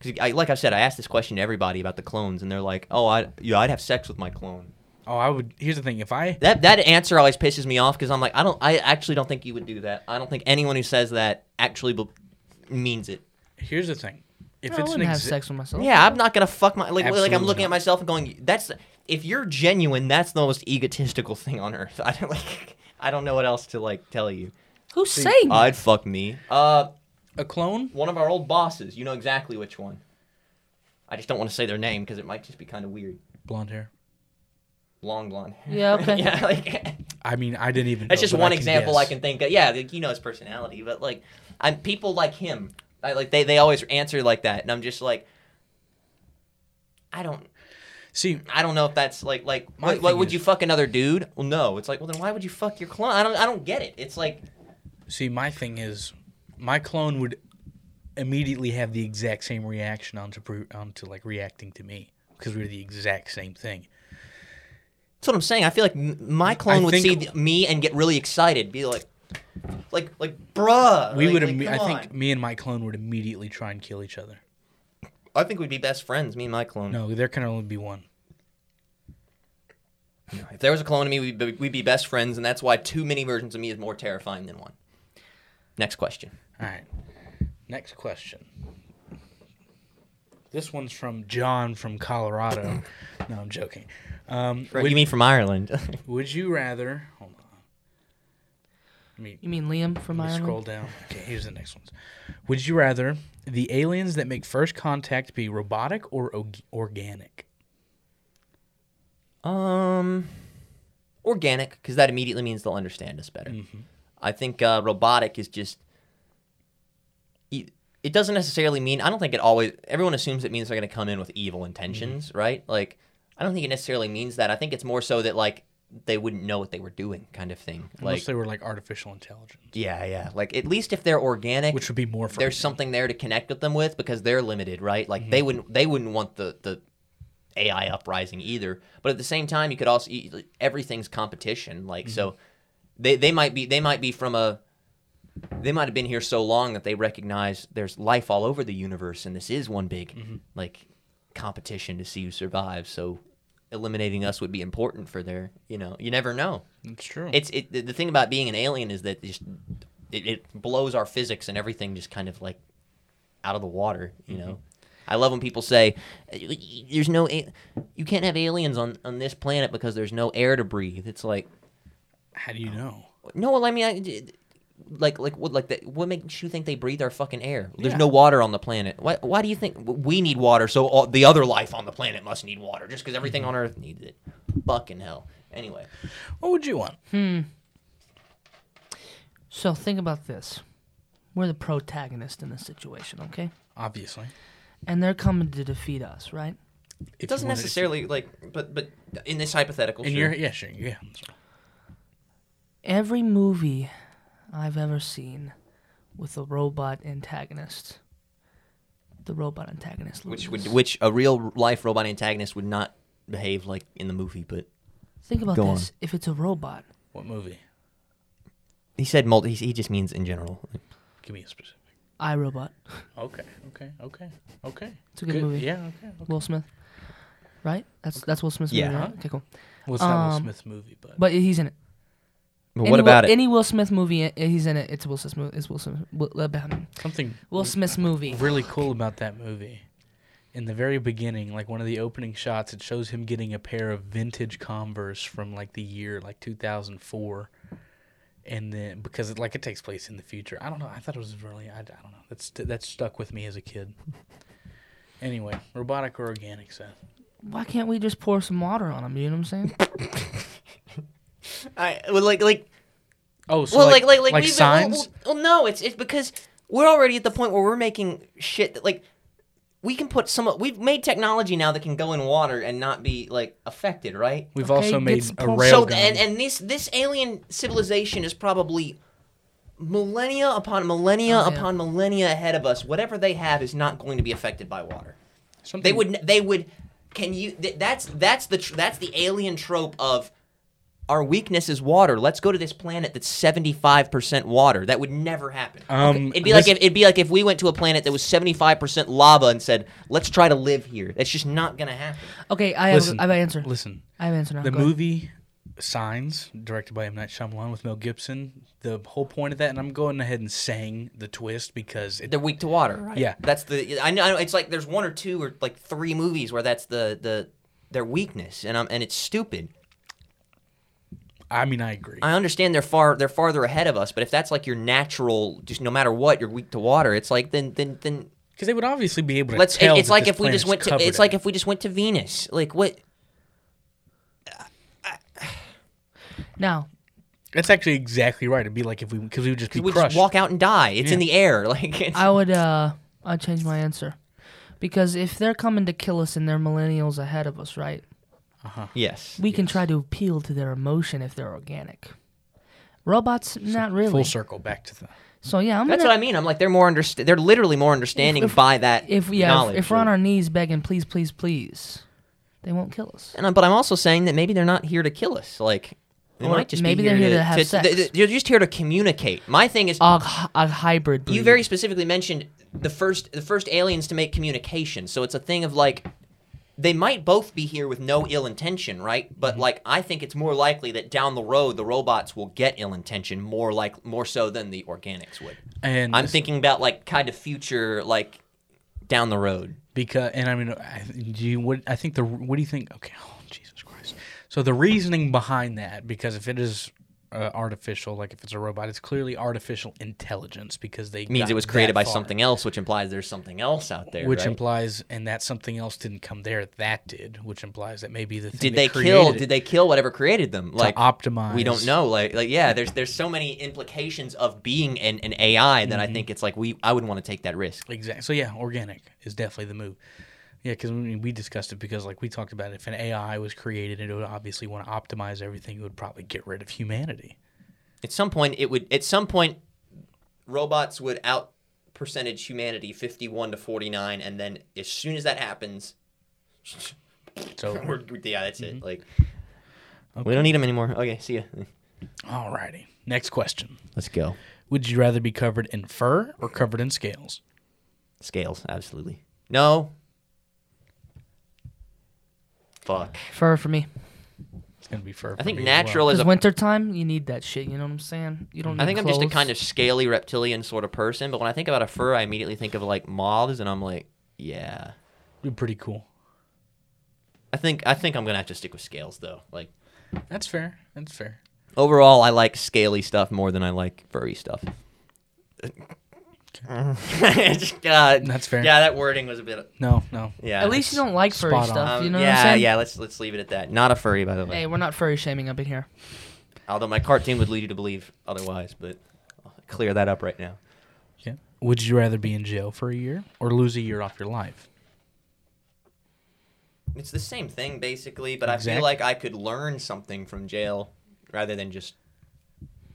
B: cause I, like I said, I asked this question to everybody about the clones, and they're like, oh, I yeah, I'd have sex with my clone.
A: Oh, I would. Here's the thing: if I
B: That that answer always pisses me off because I'm like, I don't, I actually don't think you would do that. I don't think anyone who says that actually be- means it.
A: here's the thing, if
C: I
A: it's an
C: wouldn't have
A: exi-
C: sex with myself.
B: Yeah, I'm not gonna fuck my like like I'm
A: Absolutely
B: looking at
A: not.
B: myself and going, that's if you're genuine, that's the most egotistical thing on earth. I don't like, I don't know what else to like tell you.
C: Who's saying? that?
B: I'd fuck me. Uh,
A: a clone,
B: one of our old bosses. You know exactly which one. I just don't want to say their name because it might just be kind of weird.
A: blonde hair.
B: Long blonde. hair.
C: Yeah, okay.
B: yeah, like.
A: I mean, I didn't even.
B: That's
A: know,
B: just
A: but
B: one
A: I can
B: example I
A: guess.
B: can think of. Yeah, like, you know his personality, but like, I'm people like him. I, like they they always answer like that, and I'm just like, I don't
A: see.
B: I don't know if that's like like
A: My
B: what, what
A: thing
B: would
A: is-
B: you fuck another dude? Well, no. It's like well then why would you fuck your clone? I don't I don't get it. It's like
A: See, my thing is, my clone would immediately have the exact same reaction onto pro- onto like reacting to me because we were the exact same thing.
B: that's what I'm saying. I feel like m- my clone would
A: think-
B: see th- me and get really excited, be like, like like bruh.
A: We
B: like-
A: would.
B: like,
A: imme-
B: come
A: I
B: on.
A: think me and my clone would immediately try and kill each other.
B: I think we'd be best friends, me and my clone.
A: No, there can only be one.
B: If there was a clone of me, we'd be, we'd be best friends, and that's why too many versions of me is more terrifying than one. Next question.
A: All right. Next question. This one's from John from Colorado. no, I'm joking. Um, would,
B: you mean from Ireland?
A: would you rather? Hold on. Let me,
C: You mean Liam from
A: let me
C: Ireland?
A: scroll down. Okay, here's the next ones. Would you rather the aliens that make first contact be robotic or og- organic?
B: um, organic, because that immediately means they'll understand us better.
A: Mm-hmm.
B: I think uh, robotic is just. e- It doesn't necessarily mean. I don't think it always. Everyone assumes it means they're going to come in with evil intentions,
A: Mm-hmm.
B: right? Like, I don't think it necessarily means that. I think it's more so that like they wouldn't know what they were doing, kind of thing.
A: Unless
B: Like,
A: they were like artificial intelligence,
B: yeah, yeah. Like at least if they're organic,
A: which would be more for
B: there's something there to connect with them with because they're limited, right? Like they wouldn't they wouldn't want the the AI uprising either. But at the same time, you could also e, everything's competition. Like so, they they might be they might be from a they might have been here so long that they recognize there's life all over the universe, and this is one big like competition to see who survives. So eliminating us would be important for their, you know, you never know.
A: It's true.
B: It's it, the- the thing about being an alien is that just it, it blows our physics and everything just kind of like out of the water. You know, I love when people say there's no a- you can't have aliens on on this planet because there's no air to breathe. It's like
A: How do you know?
B: no, well, I mean, I, like, like, what, like, that, what makes you think they breathe our fucking air? There's
A: Yeah.
B: no water on the planet. Why, why do you think we need water? So all, the other life on the planet must need water, just because everything on Earth needs it. Fucking hell. Anyway,
A: What would you want?
C: So think about this. We're the protagonist in this situation, okay?
A: Obviously,
C: And they're coming to defeat us, right?
A: If
B: it
A: you
B: doesn't
A: wanted to-
B: necessarily like, but, but in this hypothetical,
A: In
B: sure.
A: your yeah, sure, yeah. that's right.
C: Every movie I've ever seen with a robot antagonist, the robot antagonist
B: which would,
C: loses.
B: which a real life robot antagonist would not behave like in the movie, but
C: think about
B: go on.
C: this. If it's a robot,
A: What movie?
B: he said multi. He, he just means in general.
A: Give me a specific.
C: iRobot,
A: Okay, okay, okay, okay.
C: It's a good movie.
A: Yeah, okay. okay.
C: Will Smith, right? That's that's Will Smith's
B: Yeah.
C: movie, right? Okay, cool.
A: Well, it's not Will
C: Um,
A: Smith's movie, but,
C: But he's in it.
B: But
C: Any
B: what about
C: Will,
B: it?
C: Any Will Smith movie, eh, he's in it. It's Will Smith. It's Will Smith. Will, uh,
A: something
C: Will Smith's movie.
A: really cool about that movie. In the very beginning, like one of the opening shots, it shows him getting a pair of vintage Converse from like the year like 2004, and then because it like it takes place in the future. I don't know. I thought it was really I, I don't know. That's that stuck with me as a kid. Anyway, robotic or organic, Seth?
C: Why can't we just pour some water on him? You know what I'm saying?
B: I, well, like, like.
A: Oh, so
B: well, like, like, like, we've been- well,
A: signs.
B: Well, well, no, it's it's because we're already at the point where we're making shit that like we can put some. We've made technology now that can go in water and not be like affected, right?
A: We've
C: Okay,
A: also made
C: gets
A: a
C: pulled-
A: rail
B: so
A: gun.
B: and and this this alien civilization is probably millennia upon millennia
C: Oh, yeah.
B: upon millennia ahead of us. Whatever they have is not going to be affected by water.
A: something,
B: They would. They would. Can you? Th- that's that's the tr- that's the alien trope of our weakness is water. Let's go to this planet that's seventy five percent water. That would never happen.
A: Um,
B: it'd be like
A: listen-
B: if it'd be like if we went to a planet that was seventy five percent lava and said, "Let's try to live here." That's just not gonna happen.
C: Okay, I have,
A: listen.
C: I have an answer.
A: Listen,
C: I have an answer now.
A: the
C: Go ahead.
A: movie Signs, directed by M. Night Shyamalan with Mel Gibson. The whole point of that, and I'm going ahead and saying the twist because it,
B: They're weak to water. Right?
A: Yeah.
B: that's the. I know. I know It's like there's one or two or like three movies where that's the the their weakness, and I'm and it's stupid.
A: I mean, I agree.
B: I understand they're far they're farther ahead of us, but if that's like your natural, just no matter what, you're weak to water. It's like then then then
A: Because they would obviously be able to.
B: let's.
A: tell
B: it's
A: that
B: like
A: this
B: if we just
A: planet's
B: went to.
A: covered
B: It's
A: in
B: like
A: it.
B: if we just went to Venus. Like what?
C: Now,
A: That's actually exactly right. It'd be like if we because we would just be
B: We
A: crushed.
B: just walk out and die. It's in
A: Yeah.
B: the air. Like it's,
C: I would uh I'd change my answer. Because if they're coming to kill us and they're millennials ahead of us, right?
B: yes.
C: We can try to appeal to their emotion if they're organic. Robots, not really.
A: full circle back to the.
C: So yeah, I'm
B: That's
C: gonna.
B: what I mean. I'm like they're more understa- They're literally more understanding by that.
C: if yeah, if,
B: knowledge.
C: if we're on our knees begging, please, please, please, they won't kill us.
B: And I, but I'm also saying that maybe they're not here to kill us. Like. They
C: Or
B: might just
C: maybe
B: be
C: they're
B: here
C: here to have sex.
B: they- They're just here to communicate. My thing is,
C: A, hy- a hybrid breed.
B: you very specifically mentioned the first the first aliens to make communication so it's a thing of like they might both be here with no ill intention right but
C: Mm-hmm.
B: like i think it's more likely that down the road the robots will get ill intention more like more so than the organics would
A: And
B: i'm thinking about like kind of future like down the road
A: because and I mean, I- do you what I think the what do you think? Okay, oh Jesus Christ! So the reasoning behind that, because if it is uh, artificial, like if it's a robot, it's clearly artificial intelligence because they
B: it means
A: got
B: it was created
A: that
B: by
A: far.
B: something else which implies there's something else out there
A: which
B: right?
A: implies and that something else didn't come there that did, which implies that maybe the thing
B: did
A: that
B: they
A: created
B: kill
A: it
B: did they kill whatever created them
A: to
B: like
A: optimize?
B: we don't know like like yeah there's there's so many implications of being an, an ai that
A: Mm-hmm.
B: i think it's like we i would want to take that risk
A: Exactly. So yeah, organic is definitely the move. Yeah, because we, we discussed it because like we talked about if an AI was created, it would obviously want to optimize everything. It would probably get rid of humanity.
B: at some point it would at some point robots would out percentage humanity 51 to 49 and then as soon as that happens
A: So
B: we're, yeah that's it
A: Mm-hmm.
B: like we don't need them anymore okay see ya
A: alrighty, next question.
B: let's go
A: Would you rather be covered in fur or covered in scales?
B: Scales, absolutely. No. Fuck.
C: Fur for me.
A: It's gonna be fur.
B: I
A: for
B: think
A: me as well.
B: natural is
C: Because
B: a
C: wintertime, you need that shit. You know what I'm saying? You don't. Need
B: I think I'm just a
C: clothes.
B: kind of scaly reptilian sort of person, but when I think about a fur, I immediately think of like moths, and I'm like, yeah.
A: Be pretty cool.
B: I think I think I'm gonna have to stick with scales though. Like
A: That's fair. That's fair.
B: overall, I like scaly stuff more than I like furry stuff. Just, uh,
A: That's fair.
B: Yeah, that wording was a bit.
A: No, no.
B: Yeah.
C: At least you don't like furry
A: Spot on.
C: stuff.
B: Um,
C: You know
B: yeah,
C: what I'm saying?
B: yeah. Let's let's leave it at that. Not a furry, by the way.
C: Hey, we're not furry shaming up in here.
B: Although my cartoon would lead you to believe otherwise, but I'll clear that up right now.
A: Yeah. Would you rather be in jail for a year or lose a year off your life?
B: It's the same thing basically, but I
A: Exact-
B: feel like I could learn something from jail rather than just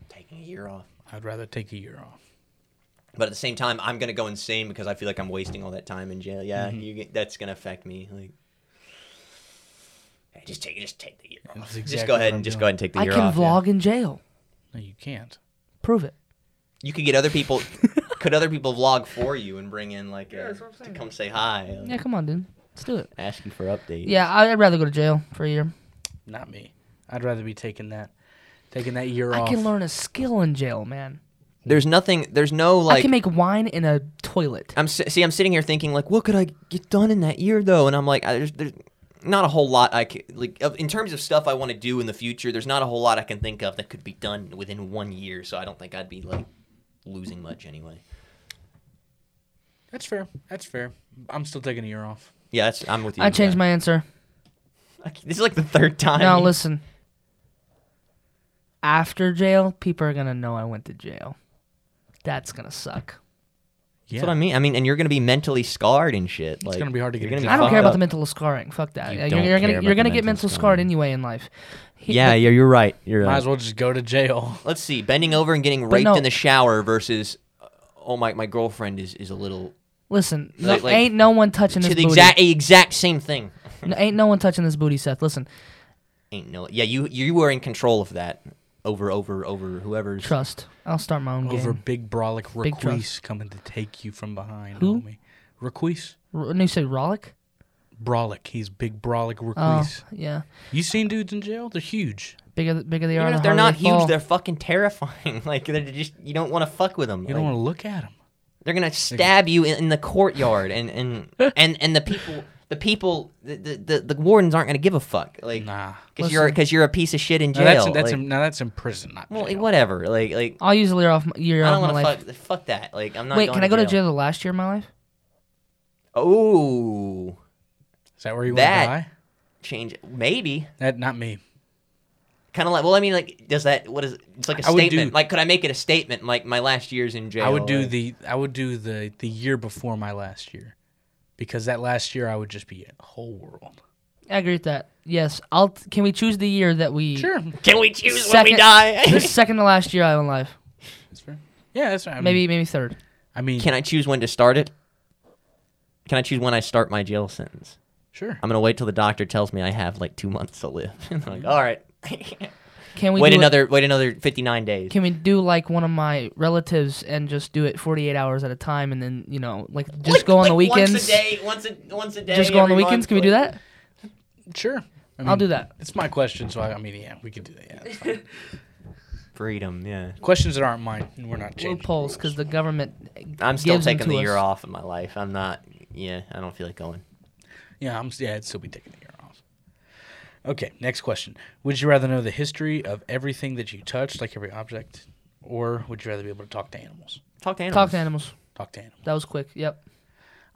B: taking a year off.
A: I'd rather take a year off.
B: But at the same time, I'm gonna go insane because I feel like I'm wasting all that time in jail. Yeah,
A: Mm-hmm.
B: you get, that's gonna affect me. Like, hey, just take just take the year off.
A: That's
B: just
A: exactly
B: go
A: what
B: ahead
A: I'm
B: and just
A: doing.
B: go ahead and take the
C: I
B: year
C: can
B: off. yeah.
C: vlog in jail.
A: No, you can't.
C: Prove it.
B: You could get other people. could other people vlog for you and bring in like a, to come say hi?
C: Yeah, come on, dude. Let's do it.
B: Ask you for updates.
C: Yeah, I'd rather go to jail for a year.
A: Not me. I'd rather be taking that, taking that year
C: I
A: off.
C: can learn a skill in jail, man.
B: There's nothing. There's no like.
C: I can make wine in a toilet.
B: I'm si- see. I'm sitting here thinking like, what could I get done in that year though? And I'm like, I, there's, there's not a whole lot I could like of, in terms of stuff I want to do in the future. There's not a whole lot I can think of that could be done within one year. So I don't think I'd be like losing much anyway.
A: That's fair. That's fair. I'm still taking a year off.
B: Yeah, that's, I'm with you.
C: I changed my answer.
B: my. This is like the third time.
C: Now listen. After jail, people are gonna know I went to jail. That's gonna suck.
A: Yeah.
B: That's what I mean. I mean, and you're gonna be mentally scarred and shit. Like,
A: gonna be hard to get
B: you're
A: a
B: gonna be
A: job.
C: I don't
B: fucked
C: care about
B: up.
C: the mental scarring. Fuck that.
B: You
C: You are
B: don't care
C: gonna
B: about
C: you're gonna
B: the
C: get
B: mental
C: mental scarred
B: scarring.
C: anyway in life. He-
B: Yeah,
C: but-
B: yeah, you're right. You're
A: Might
B: right.
A: as well just go to jail.
B: Let's see. Bending over and getting raped
C: no-
B: in the shower versus, uh, oh my, my girlfriend is is a little
C: Listen, no-
B: Like- like-
C: ain't no one touching this
B: to the
C: booty.
B: exact exact same thing.
C: N- ain't no one touching this booty, Seth. Listen,
B: Ain't no. Yeah, you you were in control of that. Over, over, over. Whoever's.
C: trust. I'll start my own
A: Over
C: game.
A: big brolic
C: Big truck.
A: Raquise coming to take you from behind,
C: Who?
A: homie. Raquise?
C: R- no, you say Rollick?
A: Brolic. He's big brolic
C: Oh,
A: Raquise.
C: yeah.
A: You seen dudes in jail? They're huge.
C: Bigger, th- bigger they are.
B: Even
C: the
B: if they're
C: harder
B: not
C: they
B: huge,
C: fall.
B: they're fucking terrifying. like they're just you don't want to fuck with them.
A: You don't want to look at them.
B: They're gonna stab you in, in the courtyard, and and and and the people, the people, the the, the, the wardens aren't gonna give a fuck. Like,
A: Nah.
B: because you're
C: Listen.
B: because you're a piece of shit in
A: Now
B: jail.
A: that's, that's
B: like-
A: in, now that's in prison, not
B: well,
A: jail.
B: whatever. Like like
C: I'll use a year off. m- Year
B: I don't
C: off my
B: want to
C: life.
B: fuck fuck that. Like I'm not.
C: Wait,
B: going
C: can I go to jail the last year of my life?
B: Oh,
A: Is that where you want to
B: That-
A: die?
B: change maybe.
A: That, not me.
B: Kind of like well, I mean, like does that what is it's like a
A: I would
B: statement?
A: do-
B: like could I make it a statement? Like my last year's in jail.
A: I would do
B: or-
A: the I would do the the year before my last year, because that last year I would just be a whole world.
C: I agree with that. Yes, I'll. Can we choose the year that we?
A: Sure,
B: Can we choose when we
C: Second- the
B: die?
C: second to last year I was alive.
A: that's fair. Yeah, that's
B: Mm.
A: right. I mean-
C: Maybe, maybe third.
A: I mean,
B: Can I choose when to start it? Can I choose when I start my jail sentence?
A: sure.
B: I'm gonna wait till the doctor tells me I have like two months to live. And I'm like, all right,
C: Can we
B: wait
C: do it-
B: another wait another 59 days.
C: can we do like one of my relatives and just do it 48 hours at a time, and then you know, like just go on the weekends.
B: Once a day, once a, once a day.
C: just go on the weekends. Can we do that?
A: Sure. I
C: I'll
A: mean,
C: do that.
A: It's my question, so I, I mean, yeah, we can do that. Yeah, that's fine.
B: Freedom, yeah.
A: Questions that aren't mine, and we're not changing.
C: Loopholes, because the government.
B: I'm still
C: gives them
B: taking
C: to
B: the year
C: us.
B: off of my life. I'm not. Yeah, I don't feel like going.
A: Yeah, I'm. Yeah, I'd still be taking the year off. Okay, next question. Would you rather know the history of everything that you touched, like every object, or would you rather be able to talk to animals?
B: Talk to animals.
C: Talk to animals.
A: Talk to animals.
C: That was quick. Yep.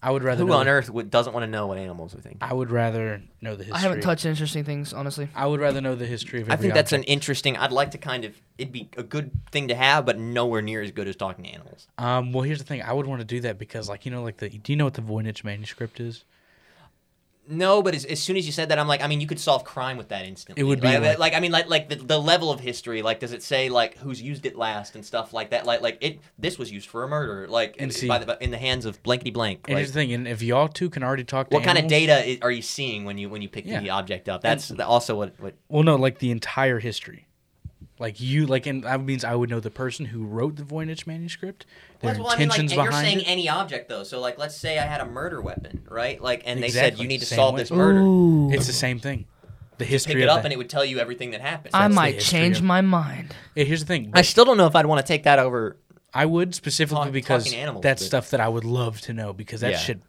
A: I would rather.
B: Who
A: know
B: on
A: the-
B: earth would, doesn't want to know what animals are thinking?
A: I would rather know the history.
C: I haven't touched interesting things, honestly.
A: I would rather know the history of.
B: I
A: Every
B: think that's an
A: object.
B: interesting. I'd like to kind of. It'd be a good thing to have, but nowhere near as good as talking to animals.
A: Um. Well, here's the thing. I would want to do that because, like, you know, like the. Do you know what the Voynich manuscript is?
B: No, but as, as soon as you said that, I'm like, I mean, you could solve crime with that instantly.
A: It would be
B: like,
A: like-
B: I mean, like, like the, the level of history. Like, does it say like who's used it last and stuff like that? Like, like it. This was used for a murder. Like,
A: And see-
B: by the, in the hands of blankety blank.
A: And
B: Like,
A: here's the thing. And if y'all two can already talk to
B: what kind of
A: animals-
B: data i are you seeing when you when you pick
A: Yeah.
B: the object up? That's also what what
A: Well, no, like the entire history. Like you, like, and that means I would know the person who wrote the Voynich manuscript, their
B: That's what I mean. Like, and
A: intentions
B: you're
A: behind
B: saying
A: it.
B: any object though. So like, let's say I had a murder weapon, right? Like, and they said
A: Exactly,
B: you need to
A: same
B: solve
A: way.
B: this murder.
C: Ooh.
A: It's the same thing. The
B: Pick
A: history
B: it
A: of
B: up
A: that.
B: and it would tell you everything that happened.
C: I
A: the
C: might
A: history
C: change
A: of-
C: my mind.
A: Yeah, here's the thing.
B: I still don't know if I'd want to take that over.
A: I would specifically
B: Talk-
A: because
B: talking animals,
A: that's
B: but-
A: stuff that I would love to know because that
B: Yeah.
A: shit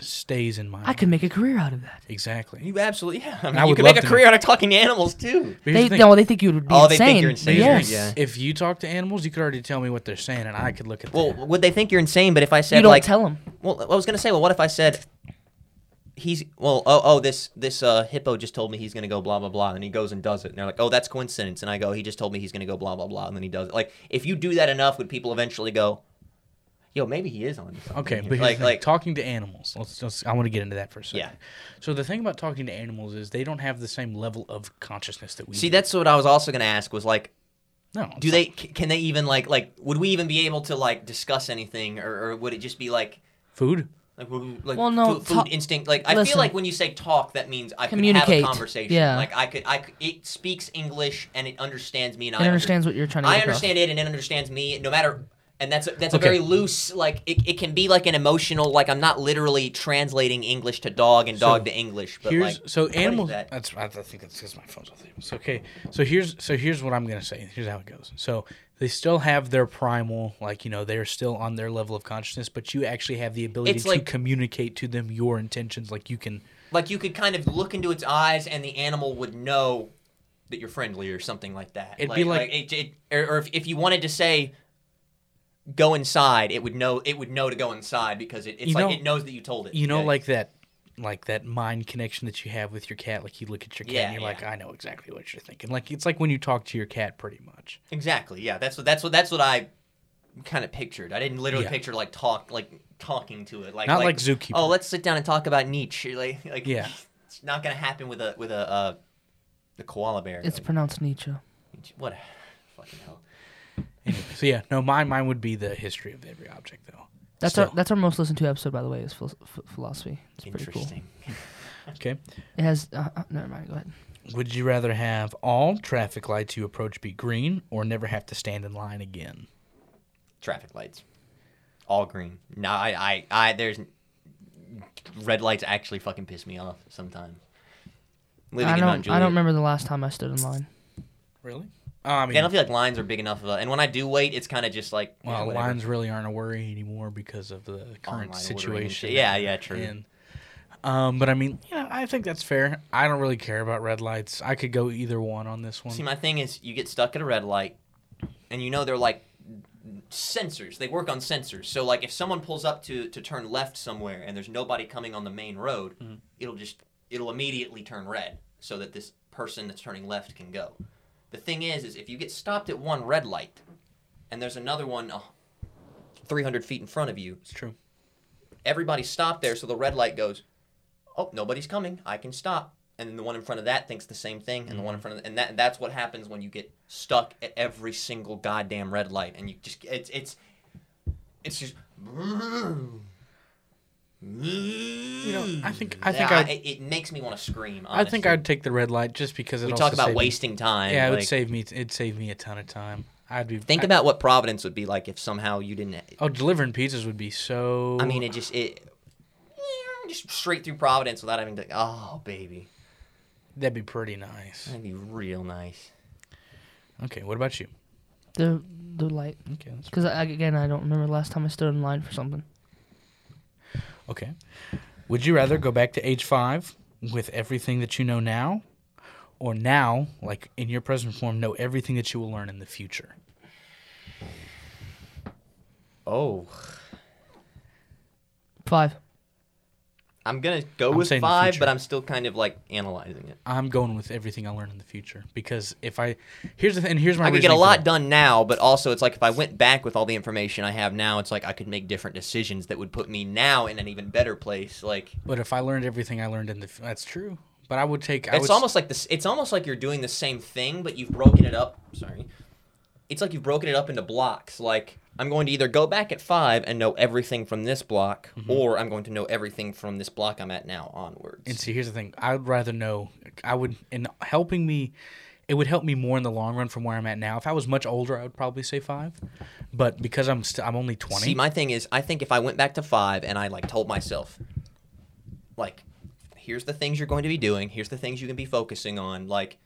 A: stays in my
C: I could make a career out of that.
A: exactly.
B: You absolutely yeah. I mean,
A: I
B: you
A: would
B: could make
A: love
B: a
A: to
B: career out of talking to animals too.
A: But here's
C: They
A: the thing.
C: no, they think you would be
B: Oh, they
C: insane.
B: think you're insane,
C: Yes.
B: yeah.
A: If you talk to animals, you could already tell me what they're saying, and I could look at
B: Well,
A: that.
B: would they think you're insane? But if I said
C: You don't
B: like,
C: tell them.
B: well, I was gonna say, well, what if I said he's well, oh, oh, this this uh, hippo just told me he's gonna go blah blah blah, and he goes and does it, and they're like, oh, that's coincidence, and I go, he just told me he's gonna go blah blah blah, and then he does it. Like, if you do that enough, would people eventually go, yo, maybe he is on? something
A: Okay,
B: here."
A: but here's
B: like
A: the thing.
B: like
A: talking to animals. Let's, let's. I want to get into that for a second.
B: Yeah.
A: So the thing about talking to animals is they don't have the same level of consciousness that we
B: see,
A: do.
B: that's what I was also gonna ask was like,
A: no. it's
B: do they c- can they even like like would we even be able to like discuss anything, or, or would it just be like
A: not food?
B: Like, w- like
C: Well, no,
B: food, food
C: talk-
B: instinct. Like, I
C: Listen.
B: feel like when you say talk, that means I could have a
C: Communicate.
B: conversation.
C: Yeah.
B: Like, I could, I could, it speaks English and it understands me, and
C: It
B: I
C: understands what you're trying to
B: I
C: get across.
B: understand it, and it understands me. No matter, and that's a, that's
A: Okay.
B: a very loose. Like, it, it can be like an emotional. Like, I'm not literally translating English to dog and dog
A: So,
B: to English, but
A: here's
B: like,
A: so
B: what is
A: animals.
B: that?
A: That's I th- I think that's because my phone's off. the table. It's okay. So here's so here's what I'm gonna say. Here's how it goes. So they still have their primal, like you know, they're still on their level of consciousness, but you actually have the ability
B: It's
A: to
B: like-
A: communicate to them your intentions. Like you can.
B: Like, you could kind of look into its eyes, and the animal would know that you're friendly or something like that.
A: It'd be like-
B: it, it, or, or if, if you wanted to say, go inside, it would know it would know to go inside because it, it's
A: You
B: like
A: know-
B: it knows that you told it.
A: You know,
B: Yeah.
A: like that, like that mind connection that you have with your cat. Like you look at your cat
B: Yeah,
A: and you're like,
B: yeah.
A: I know exactly what you're thinking. Like it's like when you talk to your cat, pretty much.
B: exactly, yeah. That's what that's what that's what I kind of pictured. I didn't literally
A: Yeah.
B: picture like talk like talking to it like
A: Not like Zookeeper.
B: Oh, let's sit down and talk about Nietzsche. Like, like
A: Yeah.
B: it's not gonna happen with a with a uh, the koala bear.
C: It's
B: Like,
C: pronounced Nietzsche.
B: what a fucking hell.
A: Anyway, so yeah, no, mine mine would be the history of every object though.
C: That's
A: Still.
C: our that's our most listened to episode, by the way, is phil- ph- philosophy. It's pretty cool.
B: Interesting.
A: Okay.
C: It has. Uh, uh, never mind. Go ahead.
A: Would you rather have all traffic lights you approach be green or never have to stand in line again?
B: traffic lights. All green. No, I, I, I, there's red lights actually fucking piss me off sometimes. Living
C: I
B: in Mount
C: don't. I
B: Juliet.
C: don't remember the last time I stood in line.
A: Really? I mean,
B: Yeah, I don't feel like lines are big enough of a, and when I do wait, it's kind of just like yeah,
A: well,
B: whatever.
A: lines really aren't a worry anymore because of the
B: Online ordering
A: current
B: and
A: situation.
B: shit. Yeah,
A: that
B: yeah,
A: we're
B: true.
A: in. Um, but I mean, yeah, I think that's fair. I don't really care about red lights. I could go either one on this one.
B: See, my thing is, you get stuck at a red light, and you know they're like sensors. They work on sensors. So like, if someone pulls up to to turn left somewhere, and there's nobody coming on the main road, it'll just it'll immediately turn red, so that this person that's turning left can go. The thing is, is if you get stopped at one red light, and there's another one. Uh, 300 feet in front of you.
A: it's true.
B: Everybody stopped there, so the red light goes, oh nobody's coming i can stop and then the one in front of that thinks the same thing and the
A: Mm-hmm.
B: one in front of and that that's what happens when you get stuck at every single goddamn red light and you just it's it's it's just you
A: know, I think- I think I'd-
B: it, it makes me want to scream
A: I think
B: honestly.
A: I'd take the red light just because it
B: we
A: also
B: talk about
A: saved-
B: wasting time
A: Yeah, it would
B: like,
A: save me. It'd save me a ton of time. I'd be
B: think
A: I-
B: about what providence would be like if somehow you didn't
A: oh, delivering pizzas would be so.
B: i mean it just it just straight through providence without having to oh baby
A: that'd be pretty nice.
B: that'd be real nice
A: Okay, what about you?
C: The the light.
A: Okay, that's
C: Because again, I don't remember the last time I stood in line for something.
A: Okay. Would you rather go back to age five with everything that you know now, or now, like in your present form, know everything that you will learn in the future?
B: oh
C: Five.
B: I'm gonna go
A: I'm
B: with
A: saying the
B: five,
A: future.
B: but I'm still kind of like analyzing it.
A: I'm going with everything I learn in the future because if I here's the thing, and here's my
B: I could get a
A: reasoning for
B: lot
A: that.
B: done now, but also it's like if I went back with all the information I have now, it's like I could make different decisions that would put me now in an even better place. Like
A: But if I learned everything I learned in the f- that's true. But I would take. I
B: it's
A: would, s-
B: almost like this. It's almost like you're doing the same thing, but you've broken it up. Sorry, it's like you've broken it up into blocks. Like I'm going to either go back at five and know everything from this block,
A: Mm-hmm.
B: or I'm going to know everything from this block I'm at now onwards.
A: And see, here's the thing. I would rather know. I would in helping me it would help me more in the long run from where I'm at now. If I was much older, I would probably say five, but because I'm st- I'm only twenty.
B: See, my thing is, I think if I went back to five and I like told myself, like, here's the things you're going to be doing, here's the things you can be focusing on, like,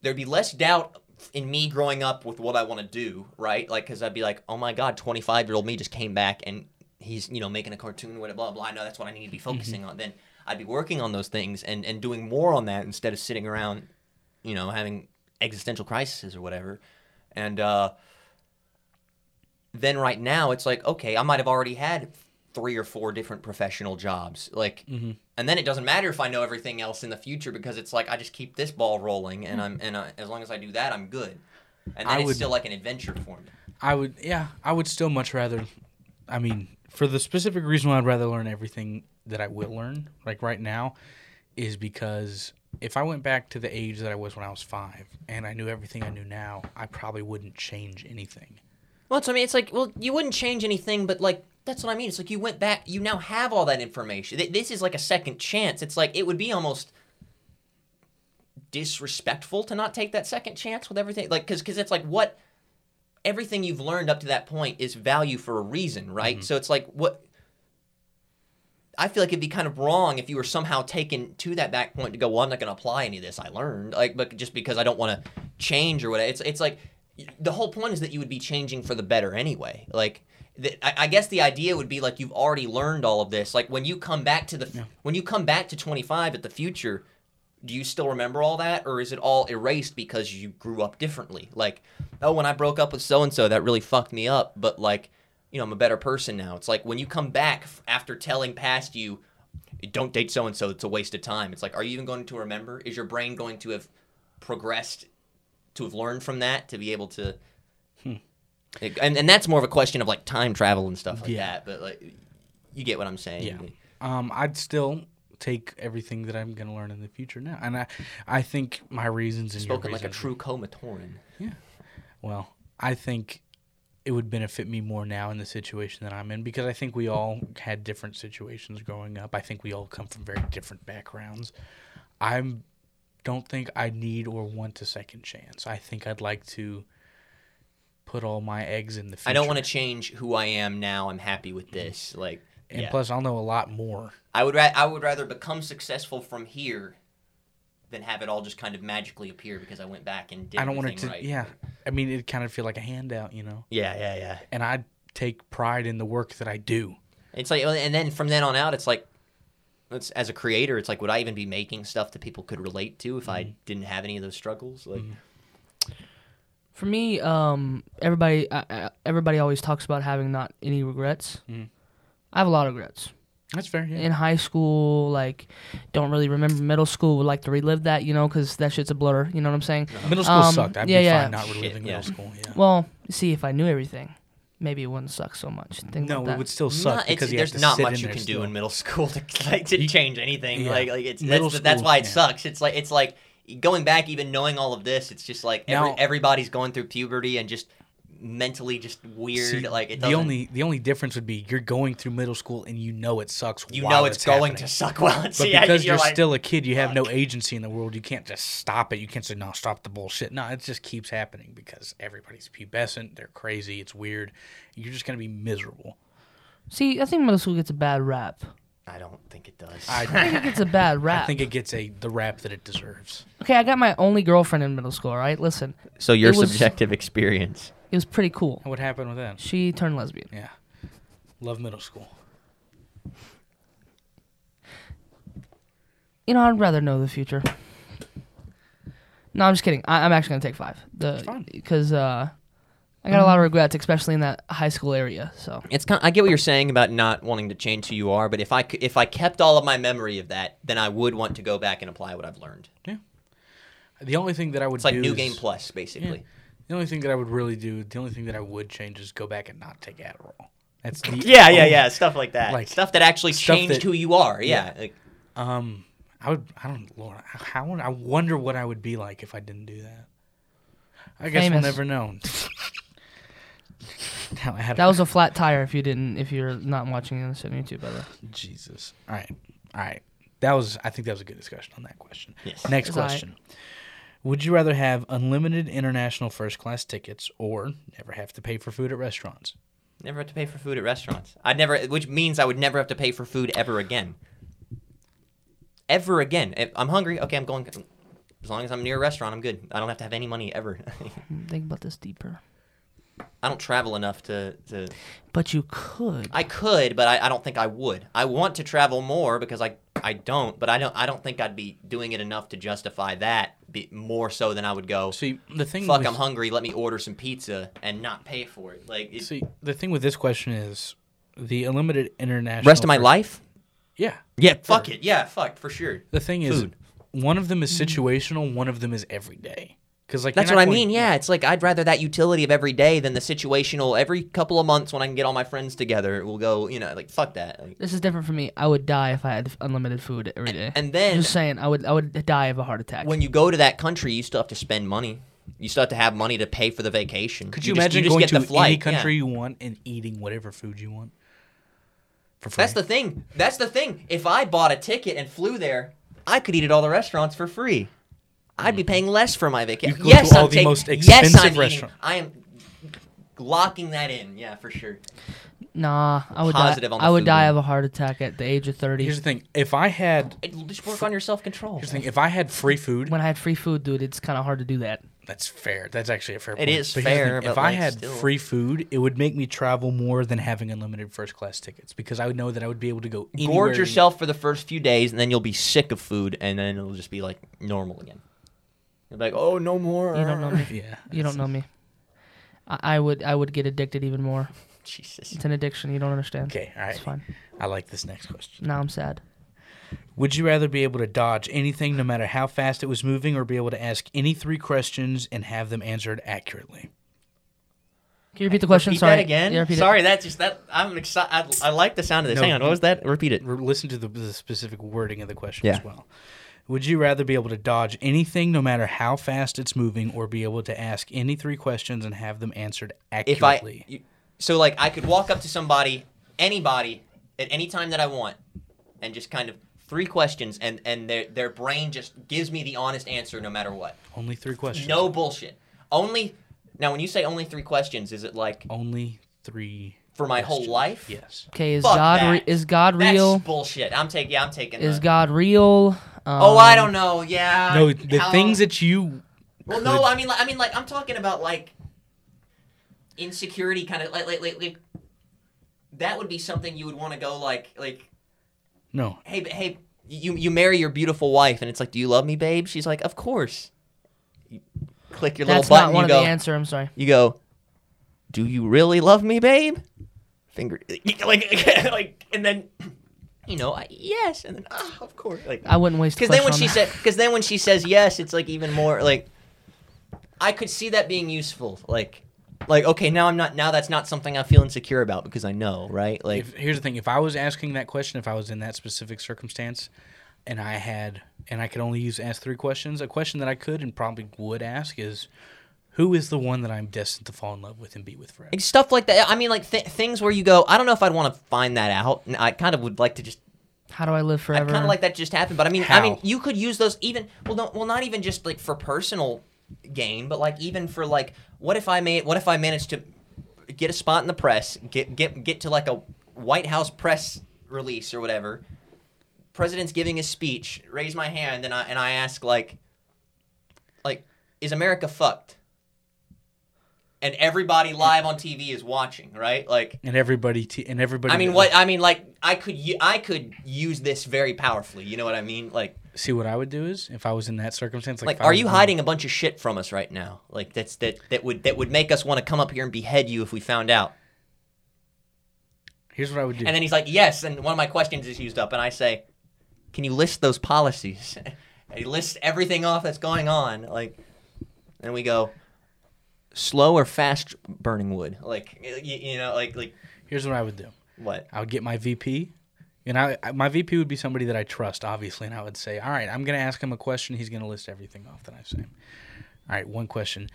B: there'd be less doubt in me growing up with what I want to do, right? Like, because I'd be like, oh my god, 25 year old me just came back and he's you know making a cartoon, whatever, blah blah. I know that's what I need to be focusing on. Then I'd be working on those things and and doing more on that instead of sitting around, you know, having existential crises or whatever, and. uh then right now it's like okay i might have already had three or four different professional jobs like
A: Mm-hmm.
B: and then it doesn't matter if i know everything else in the future because it's like i just keep this ball rolling and i'm and I, as long as i do that i'm good and
A: Mm-hmm. I
B: then it's
A: would-
B: still like an adventure for me
A: I would, yeah, I would still much rather. I mean, for the specific reason why I'd rather learn everything that I will learn, like right now, is because if I went back to the age that I was when I was five and I knew everything I knew now, I probably wouldn't change anything.
B: well it's, i mean it's like well you wouldn't change anything but like that's what i mean it's like you went back you now have all that information Th- this is like a second chance it's like it would be almost disrespectful to not take that second chance with everything like because it's like what everything you've learned up to that point is value for a reason right so it's like what i feel like it'd be kind of wrong if you were somehow taken to that back point to go well i'm not going to apply any of this i learned like but just because i don't want to change or whatever it's, it's like the whole point is that you would be changing for the better anyway like the, I, I guess the idea would be like you've already learned all of this like when you come back to the f when you come back to 25 at the future do you still remember all that or is it all erased because you grew up differently like oh when i broke up with so and so that really fucked me up but like you know i'm a better person now it's like when you come back f- after telling past you don't date so and so it's a waste of time it's like are you even going to remember is your brain going to have progressed to have learned from that to be able to
A: Hmm.
B: It- and, and that's more of a question of like time travel and stuff like
A: Yeah.
B: that but like you get what i'm saying
A: Yeah. Um, I'd still take everything that I'm going to learn in the future now. And I, I think my reasons and your
B: spoken like a
A: reasons-
B: true comatoran
A: Yeah. Well, I think it would benefit me more now in the situation that I'm in because I think we all had different situations growing up. I think we all come from very different backgrounds. I don't think I need or want a second chance. I think I'd like to put all my eggs in the future. Mm-hmm.
B: I don't want to change who I am now. I'm happy with this. Like,
A: And
B: yeah.
A: plus, I'll know a lot more.
B: I would ra- I would rather become successful from here than have it all just kind of magically appear because I went back and did.
A: I don't want it to.
B: everything right.
A: Yeah. I mean, it kind of feel like a handout, you know.
B: Yeah, yeah, yeah.
A: And I take pride in the work that I do.
B: It's like, and then from then on out, it's like, it's, as a creator, it's like, would I even be making stuff that people could relate to if
A: Mm-hmm.
B: I didn't have any of those struggles? Like,
C: For me, um, everybody I, I, everybody always talks about having not any regrets. I have a lot of regrets.
A: That's fair. Yeah.
C: in high school, like, don't really remember middle school. Would like to relive that, you know, because that shit's a blur. You know what I'm saying?
A: Middle school
C: Um,
A: sucked. I'd
C: yeah,
A: be
C: yeah.
A: fine not
B: Shit,
A: reliving
B: yeah.
A: middle school. Yeah.
C: Well, see, if I knew everything, maybe it wouldn't suck so much. Think
A: No,
C: about that.
A: it would still suck
B: not, it's,
A: because you have
B: there's
A: to
B: not
A: sit
B: much
A: in
B: you
A: there
B: can do
A: still.
B: in middle school to like to change anything.
A: yeah.
B: Like, like it's
A: Middle
B: that's, that's
A: school,
B: why it
A: yeah.
B: sucks. It's like it's like going back, even knowing all of this, it's just like every,
A: Now-
B: everybody's going through puberty and just mentally just weird.
A: See,
B: like it
A: the
B: doesn't.
A: only the only difference would be you're going through middle school and you know it sucks.
B: you
A: while
B: know it's, going
A: happening.
B: to suck well. It's,
A: But
B: yeah,
A: because
B: you're,
A: you're,
B: like,
A: still a kid, you have no agency in the world. You can't just stop it. You can't say no, stop the bullshit. No, it just keeps happening because everybody's pubescent. They're crazy. It's weird. You're just gonna be miserable.
C: See, I think middle school gets a bad rap.
B: I don't think it does.
A: I,
C: I think it gets a bad rap.
A: I think it gets a the rap that it deserves.
C: okay, I got my only girlfriend in middle school. All right, listen,
B: so your
C: It was-
B: subjective experience.
C: it was pretty cool.
A: And what happened with that?
C: She turned lesbian.
A: Yeah, love middle school.
C: You know, I'd rather know the future. No, I'm just kidding. I, I'm actually gonna take five. The
A: fine.
C: because uh, I got a lot of regrets, especially in that high school area. So
B: It's kind. I get what you're saying about not wanting to change who you are, but if I c- if I kept all of my memory of that, then I would want to go back and apply what I've learned.
A: The only thing that I would
B: It's like
A: do
B: new
A: is-
B: game plus, basically.
A: The only thing that I would really do, the only thing that I would change is go back and not take Adderall. That's the
B: Yeah, yeah,
A: only-
B: yeah. Stuff like that.
A: Oh. Like,
B: stuff that actually
A: stuff
B: changed
A: that-
B: who you are. Yeah. Like,
A: Um, I would. I don't. Lord, how would- I wonder what I would be like if I didn't do that. I guess we'll
C: Famous.
A: never know. now I had
C: that was a flat tire. If you didn't, if you're not watching this on YouTube, by the way.
A: Jesus. All right. All right. That was. I think that was a good discussion on that question.
B: Yes.
A: Next
C: It's all right.
A: question. Would you rather have unlimited international first class tickets or never have to pay for food at restaurants?
B: Never have to pay for food at restaurants. I'd never, which means I would never have to pay for food ever again. Ever again. If I'm hungry, okay, I'm going. As long as I'm near a restaurant, I'm good. I don't have to have any money ever.
C: Think about this deeper.
B: I don't travel enough to. to
C: But you could.
B: I could, but I, I don't think I would. I want to travel more because I I don't, but I don't I don't think I'd be doing it enough to justify that be, more so than I would go.
A: See, the thing
B: Fuck,
A: with,
B: I'm hungry. Let me order some pizza and not pay for it. Like it,
A: See, the thing with this question is the unlimited international
B: rest of my
A: first-
B: life.
A: Yeah.
B: Yeah, fuck it. Yeah, fuck for sure.
A: The thing is
B: Food.
A: one of them is situational, one of them is every day. Cuz like you're
B: Mm. That's
A: not
B: what I
A: going-
B: mean. Yeah, it's like I'd rather that utility of every day than the situational. Every couple of months, when I can get all my friends together, we'll go. You know, like fuck that. Like,
C: this is different for me. I would die if I had unlimited food every day.
B: and then-
C: just saying, I would I would die of a heart attack.
B: when you go to that country, you still have to spend money. You still have to have money to pay for the vacation.
A: Could you,
B: just-
A: imagine
B: just
A: going
B: get
A: to
B: the flight,
A: any
B: yeah.
A: country you want and eating whatever food you want for free?
B: That's the thing. That's the thing. If I bought a ticket and flew there, I could eat at all the restaurants for free. I'd be paying less for my
A: Mm-hmm. You
B: vacation.
A: could go
B: Yes,
A: to all
B: I'm
A: the
B: taking-
A: most
B: yes, I'm
A: expensive
B: eating-
A: restaurant.
B: I am locking that in. Yeah, for sure.
C: nah, I would
B: Positive
C: die.
B: on the
C: I would
B: food
C: die
B: one.
C: of a heart attack at the age of thirty.
A: Here's the thing. If I had
B: It- Just work on your self control.
A: here's the thing. If I had free food,
C: when I had free food, dude, it's kind of hard to do that.
A: that's fair. That's actually a fair.
B: It
A: point.
B: is
A: here's the
B: fair,
A: thing, if
B: but,
A: I
B: like,
A: had
B: still.
A: free food, it would make me travel more than having unlimited first class tickets because I would know that I would be able to go anywhere.
B: Gorge
A: in-
B: yourself for the first few days, and then you'll be sick of food, and then it'll just be like normal again. You'll be like, oh, no more.
C: You don't know me.
A: Yeah.
C: You don't know me. I, I would I would get addicted even more.
B: Jesus.
C: It's an addiction. You don't understand.
A: Okay. All right.
C: It's fine.
A: I like this next question.
C: Now I'm sad.
A: Would you rather be able to dodge anything, no matter how fast it was moving, or be able to ask any three questions and have them answered accurately?
C: Can you repeat the question?
B: Repeat
C: Sorry
B: that again.
C: Yeah, repeat it.
B: Sorry, that just that. I'm excited. I, I like the sound of this.
A: No,
B: Hang on, what
A: you-
B: was that? Repeat it.
A: re- listen to the, the specific wording of the question
B: Yeah.
A: as well. Would you rather be able to dodge anything, no matter how fast it's moving, or be able to ask any three questions and have them answered
B: if I
A: accurately?
B: you- so like I could walk up to somebody, anybody, at any time that I want, and just kind of three questions, and and their their brain just gives me the honest answer no matter what.
A: only three questions.
B: No bullshit. Only now when you say only three questions, is it like
A: Only three.
B: for my whole
A: questions.
B: life?
A: Yes.
C: Okay, is
B: Fuck
C: God
B: that.
C: re- is God
B: That's
C: real?
B: bullshit. I'm taking. Yeah, I'm taking.
C: Is
B: the-
C: God real? Um,
B: oh, I don't know. Yeah.
A: No, the
B: how-
A: things that you.
B: Well,
A: could-
B: no, I mean, like, I mean, like, I'm talking about like insecurity, kind of like, like, like, like. That would be something you would want to go like, like,
A: No.
B: hey, ba- hey, you you marry your beautiful wife, and it's like, do you love me, babe? She's like, of course. You click your
C: That's
B: little
C: not
B: button.
C: one
B: you go.
C: of the answer. I'm sorry.
B: You go. Do you really love me, babe? Finger, like, like, and then, you know, I, yes, and then, ah, of course, like,
C: I wouldn't waste. the
B: because then when
C: question
B: she
C: on
B: said, because then when she says yes, it's like even more like. I could see that being useful, like, like okay, now I'm not. Now that's not something I feel insecure about because I know, right? Like,
A: If, here's the thing: if I was asking that question, if I was in that specific circumstance, and I had, and I could only use ask three questions, a question that I could and probably would ask is, who is the one that I'm destined to fall in love with and be with forever?
B: like, stuff like that. I mean, like th- things where you go, I don't know if I'd want to find that out. And I kind of would like to just
C: that. how do I live forever?
B: I kind of like that just happened, but I mean, I mean,
A: How?
B: you could use those even well, no, well, not even just like for personal gain, but like even for like, what if I made, what if I managed to get a spot in the press, get get get to like a White House press release or whatever, president's giving his speech, raise my hand, and I and I ask like, like, is America fucked? And everybody live on TV is watching, right? Like,
A: and everybody t- and everybody
B: I mean, what I mean, like, I could u- I could use this very powerfully. You know what I mean? Like,
A: see what i would do is if i was in that circumstance like,
B: like,
A: if I
B: are
A: was
B: you
A: in-
B: hiding a bunch of shit from us right now? Like, that's that that would that would make us want to come up here and behead you if we found out.
A: here's what i would do
B: And then he's like, yes. And one of my questions is used up, and I say, can you list those policies? and he lists everything off that's going on. Like, and we go. Slow or fast burning wood, like y- y- you know, like like
A: here's what i would do
B: what?
A: i would get my vp and I, I- my vp would be somebody that i trust obviously and i would say all right i'm going to ask him a question he's going to list everything off that i say all right one question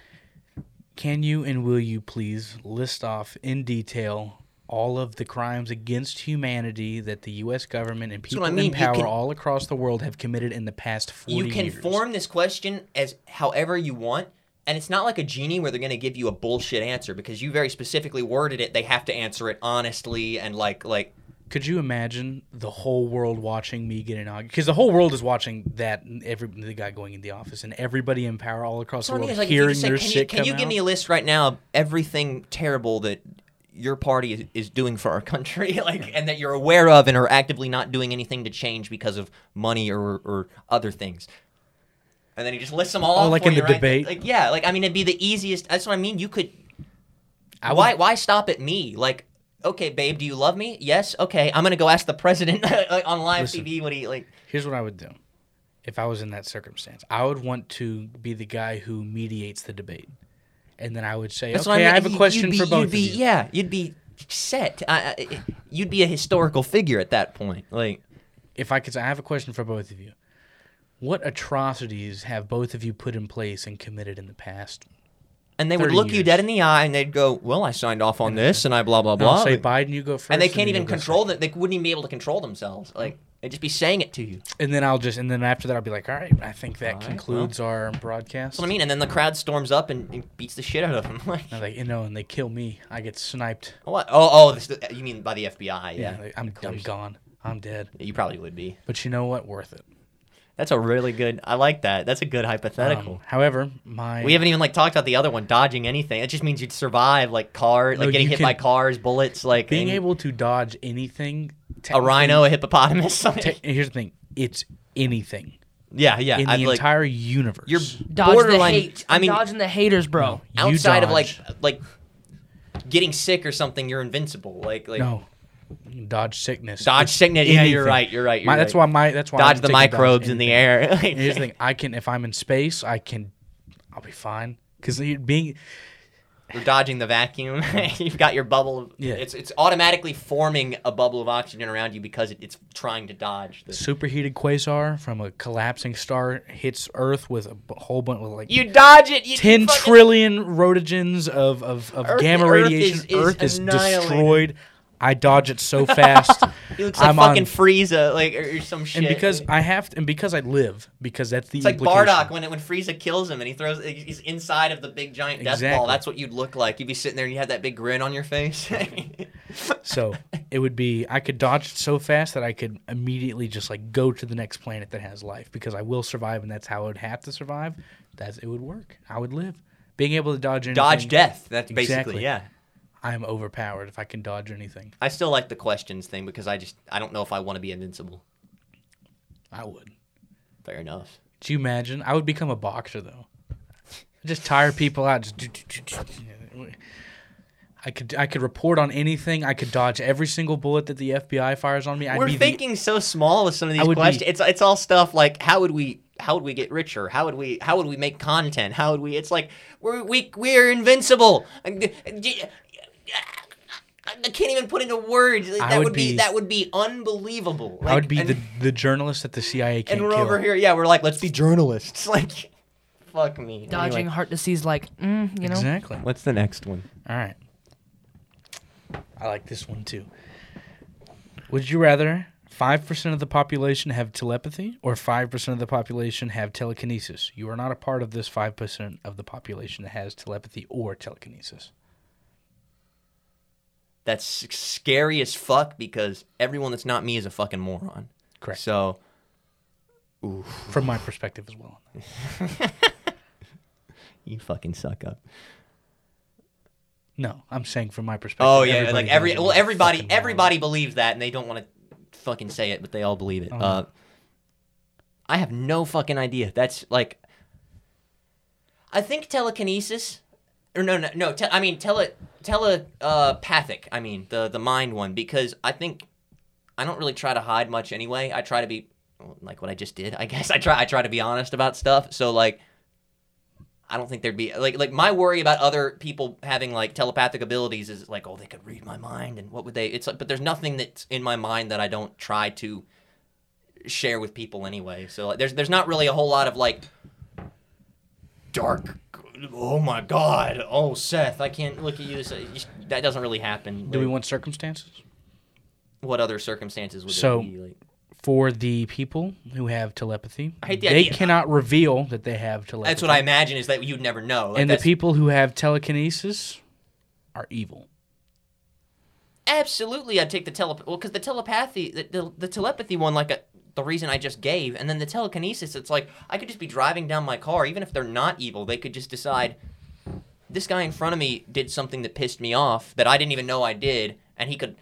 A: can you and will you please list off in detail all of the crimes against humanity that the U.S. government and people
B: what I
A: in
B: mean. You
A: power
B: can-
A: all across the world have committed in the past 40
B: you can
A: years.
B: form this question as however you want and it's not like a genie where they're going to give you a bullshit answer because you very specifically worded it they have to answer it honestly and like like
A: Could you imagine the whole world watching me get inaugurated? Because the whole world is watching that, and every the guy going in the office, and everybody in power all across
B: So I
A: the
B: mean,
A: world
B: it's like, if you
A: hearing
B: just said,
A: their
B: can you,
A: shit
B: can you
A: come
B: give
A: out.
B: me a list right now of everything terrible that your party is, is doing for our country like and that you're aware of and are actively not doing anything to change because of money or, or other things and then he just lists them all
A: Oh,
B: off
A: like
B: for
A: in
B: you,
A: the
B: right?
A: debate?
B: like yeah like i mean it'd be the easiest that's what i mean you could
A: I would-
B: why why stop at me like okay babe do you love me yes okay i'm gonna go ask the president like, on live
A: Listen.
B: tv what he like
A: Here's what I would do if I was in that circumstance. I would want to be the guy who mediates the debate. And then I would say,
B: That's
A: okay,
B: what
A: I,
B: I mean.
A: have
B: You-
A: a
B: you'd
A: question
B: be-
A: for both
B: you'd be,
A: of you.
B: Yeah, you'd be set. I, I, you'd be a historical figure at that point. Like,
A: If I could say, I have a question for both of you. What atrocities have both of you put in place and committed in the past?
B: and they would
A: 30
B: look you
A: years.
B: dead in the eye, and they'd go, "Well, I signed off on this, and I blah blah
A: And I'll
B: blah."
A: say,
B: Like,
A: Biden, you go first.
B: and they
A: then
B: can't
A: you
B: even
A: go second.
B: control that. They wouldn't even be able to control themselves. Like, they'd just be saying it to you.
A: And then I'll just, and then after that, I'll be like, all right, I think that
B: All right, well.
A: concludes our broadcast.
B: That's what I mean. And then the crowd storms up and, and beats the shit out of them. Like,
A: And they, you know, and they kill me. I get sniped.
B: what? Oh, oh, this, you mean by the FBI?
A: Yeah,
B: Yeah,
A: they- I'm,
B: Of
A: I'm
B: course.
A: gone. I'm dead.
B: You probably would be.
A: But you know what? Worth it.
B: That's a really good. I like that. That's a good hypothetical.
A: Um, however, my
B: We haven't even like talked about the other one, dodging anything. It just means you'd survive like car, like
A: No,
B: getting
A: you
B: hit by
A: can-
B: cars, bullets, like
A: being
B: any-
A: able to dodge anything.
B: a
A: technically-
B: rhino, a hippopotamus. something.
A: te- here's the thing. It's anything
B: yeah, yeah.
A: in the
B: I'd, like,
A: entire universe.
B: you're
C: Dodge
B: borderline.
C: the hate.
B: I mean,
C: dodging the haters, bro.
A: You
B: outside of like
A: dodge.
B: like getting sick or something, you're invincible. Like like
A: no dodge sickness.
B: dodge
A: It's
B: sickness. Yeah, you're
A: anything.
B: right. You're right. You're
A: My- That's
B: right.
A: why my that's why I
B: dodge
A: would
B: the
A: take a dodge
B: microbes in
A: anything.
B: the air.
A: And Here's the thing. I can if I'm in space, I can. I'll be fine because being
B: You're dodging the vacuum. You've got your bubble. Of,
A: Yeah.
B: It's it's automatically forming a bubble of oxygen around you because it, it's trying to dodge. The,
A: superheated quasar from a collapsing star hits Earth with a b- whole bunch of like.
B: you dodge it. You, you
A: Ten
B: fucking-
A: trillion rotogens of, of, of
B: Earth-
A: gamma
B: Earth
A: radiation.
B: is- is
A: Earth is
B: annihilated.
A: destroyed. I dodge it so fast.
B: He looks like
A: I'm on-
B: fucking Frieza, like or, or some shit.
A: and because
B: it's
A: I have to, and because I live, because that's the
B: like
A: implication.
B: Bardock when it, when Frieza kills him and he throws he's inside of the big giant death ball.
A: Exactly.
B: That's what you'd look like. You'd be sitting there and you had that big grin on your face.
A: So it would be I could dodge it so fast that I could immediately just like go to the next planet that has life because I will survive, and that's how I would have to survive. That's it would work. I would live. Being able to dodge anything,
B: Dodge death. That's
A: Exactly.
B: basically yeah.
A: I'm overpowered if I can dodge anything.
B: I still like the questions thing because I just I don't know if I want to be invincible.
A: I would.
B: Fair enough.
A: Do you imagine? I would become a boxer though. Just tire people out. Just do, do, do, do. I could I could report on anything. I could dodge every single bullet that the FBI fires on me. I'd
B: We're
A: be the-
B: thinking so small with some of
A: I
B: these
A: would be-
B: questions. It's it's all stuff like how would we how would we get richer? How would we how would we make content? How would we? It's like we're we we're invincible. I I can't even put into words. That
A: would
B: would, be,
A: be-
B: that would be unbelievable.
A: I would
B: Like,
A: be
B: and,
A: the, the journalist that the CIA can't
B: and we're
A: kill.
B: over here. Yeah, we're like let's be journalists. Like fuck me.
C: Dodging
B: Anyway,
C: heart disease, like mm, you know.
A: Exactly.
B: what's the next one?
A: All right. I like this one too. Would you rather 5% of the population have telepathy or 5% of the population have telekinesis? You are not a part of this 5% of the population that has telepathy or telekinesis.
B: That's s- scary as fuck because everyone that's not me is a fucking moron.
A: Correct.
B: So
A: From my perspective as well.
B: you fucking suck up.
A: No, I'm saying from my perspective.
B: Oh yeah, like
A: everybody
B: every
A: knows
B: well,
A: I'm a
B: everybody
A: fucking moron.
B: everybody believes that, and they don't want to fucking say it, but they all believe
A: Uh-huh.
B: it. Uh, I have no fucking idea. That's like, I think telekinesis, or no, no, no. Te- I mean tele telepathic. I mean the the mind one because I think I don't really try to hide much anyway. I try to be like what I just did. I guess I try I try to be honest about stuff. So like I don't think there'd be like like my worry about other people having like telepathic abilities is like oh they could read my mind and what would they it's like but there's nothing that's in my mind that I don't try to share with people anyway so like there's there's not really a whole lot of like dark oh my god, oh Seth, I can't look at you. This that doesn't really happen.
A: Do we
B: Like,
A: want circumstances?
B: what other circumstances would
A: So-
B: there be? Like,
A: For the people who have telepathy,
B: I hate the
A: they
B: idea.
A: cannot reveal that they have telepathy.
B: that's what I imagine is that you'd never know. Like,
A: and the
B: that's-
A: people who have telekinesis are evil.
B: absolutely, I'd take the tele. Well, because the telepathy, the, the, the telepathy one, like a, the reason I just gave, and then the telekinesis, it's like I could just be driving down my car, even if they're not evil, they could just decide this guy in front of me did something that pissed me off that I didn't even know I did, and he could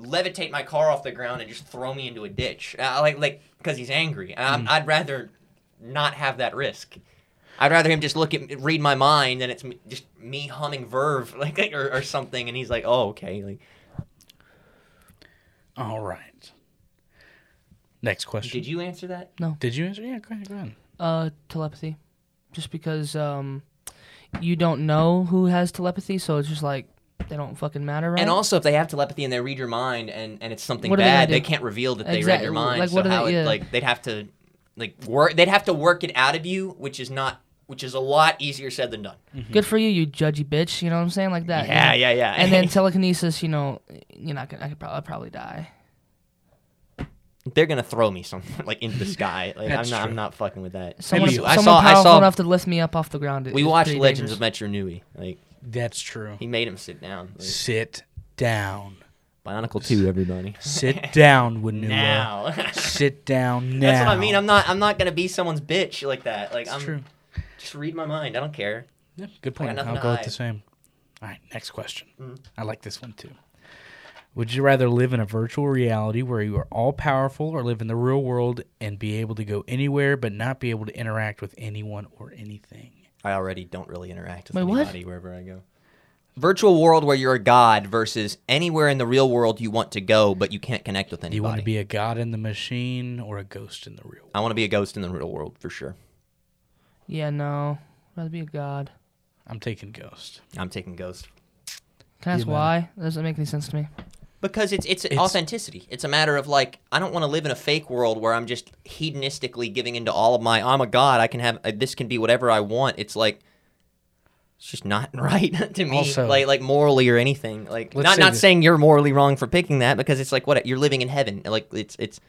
B: levitate my car off the ground and just throw me into a ditch, uh, like like because he's angry. Um, I'd rather not have that risk. I'd rather him just look at read my mind than it's me, just me humming Verve like or, or something, and he's like, "Oh, okay." Like,
A: All right. Next question.
B: did you answer that?
A: Did you answer? Yeah, go ahead. Go ahead.
C: Uh, telepathy, just because um, you don't know who has telepathy, so it's just like they don't fucking matter, right?
B: And also, if they have telepathy and they read your mind and, and it's something
C: What are they gonna
B: bad, they
C: do?
B: can't reveal that they read
C: Exactly,
B: your mind.
C: like,
B: so
C: what are they-
B: how it,
C: yeah.
B: like they'd have to like work they'd have to work it out of you, which is not which is a lot easier said than done.
C: good for you, you judgy bitch. You know what I'm saying, like that. you
B: Yeah,
C: know?
B: yeah, yeah.
C: And then telekinesis, you know, you're not gonna. I could probably, I'd probably die.
B: They're gonna throw me some like into the sky. Like I'm
A: That's
B: not
A: true.
B: I'm not fucking with that.
C: Someone,
A: you-
B: I
C: someone
B: saw- I
C: powerful
B: saw-
C: enough to lift me up off the ground.
B: we watched Legends of Metro Nui. Like
A: That's true.
B: he made him sit down. Like,
A: Sit down.
B: Bionicle two, everybody.
A: Sit down, Winua.
B: Now that's
A: Sit down now.
B: what I mean. I'm not I'm not gonna be someone's bitch like that. Like
A: That's
B: I'm
A: true.
B: just read my mind. I don't care.
A: Yeah, good point.
B: nothing
A: I'll
B: to
A: go with the
B: hide.
A: same. All right, next question.
B: Mm-hmm.
A: I like this one too. Would you rather live in a virtual reality where you are all powerful or live in the real world and be able to go anywhere but not be able to interact with anyone or anything?
B: I already don't really interact with
C: Wait, what?
B: anybody wherever I go. Virtual world where you're a god versus anywhere in the real world you want to go, but you can't connect with
A: Do
B: anybody.
A: you want to be a god in the machine or a ghost in the real world?
B: I want to be a ghost in the real world for sure.
C: Yeah, no, rather be a god.
A: I'm taking ghost.
B: I'm taking ghost
C: Can I ask
A: Yeah, man.
C: why? That doesn't make any sense to me.
B: because it's, it's authenticity. It's a matter of like I don't want to live in a fake world where I'm just hedonistically giving into all of my I'm a god. I can have uh, this can be whatever I want. It's like it's just not right to me,
A: Also-
B: like like morally or anything. Like
A: Let's
B: not
A: say
B: not
A: this-
B: saying you're morally wrong for picking that because it's like what you're living in heaven. Like it's it's.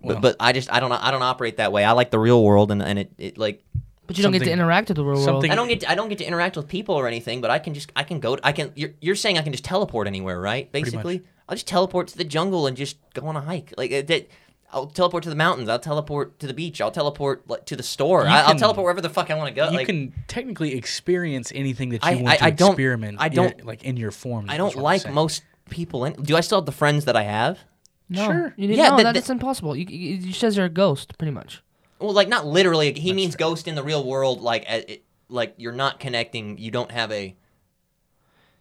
A: Well-
B: but, but I just I don't I don't operate that way. I like the real world and and it, it like
C: But you don't get to
A: Something-
C: interact with the real world.
A: something-
B: I don't get to, I don't get to interact with people or anything, but I can just I can go I can you're, you're saying I can just teleport anywhere, right?
A: much.
B: Basically, I'll just teleport to the jungle and just go on a hike. Like uh, that, I'll teleport to the mountains. I'll teleport to the beach. I'll teleport like, to the store.
A: You
B: I, I'll
A: can-
B: teleport wherever the fuck I want to go.
A: you
B: Uh, like,
A: can technically experience anything that you
B: I-
A: want
B: I-
A: to
B: I don't-
A: experiment.
B: I
A: in-
B: don't-
A: like in your form.
B: I don't like most people. In, do I still have the friends that I have?
C: no,
A: Sure.
C: You didn't,
B: Yeah,
C: no,
B: that-
C: that-
B: that-
C: that's impossible. You, you, you says you're a ghost, pretty much.
B: Well, like not literally. He means ghost in the real world. Like uh, it, like you're not connecting. You don't have a.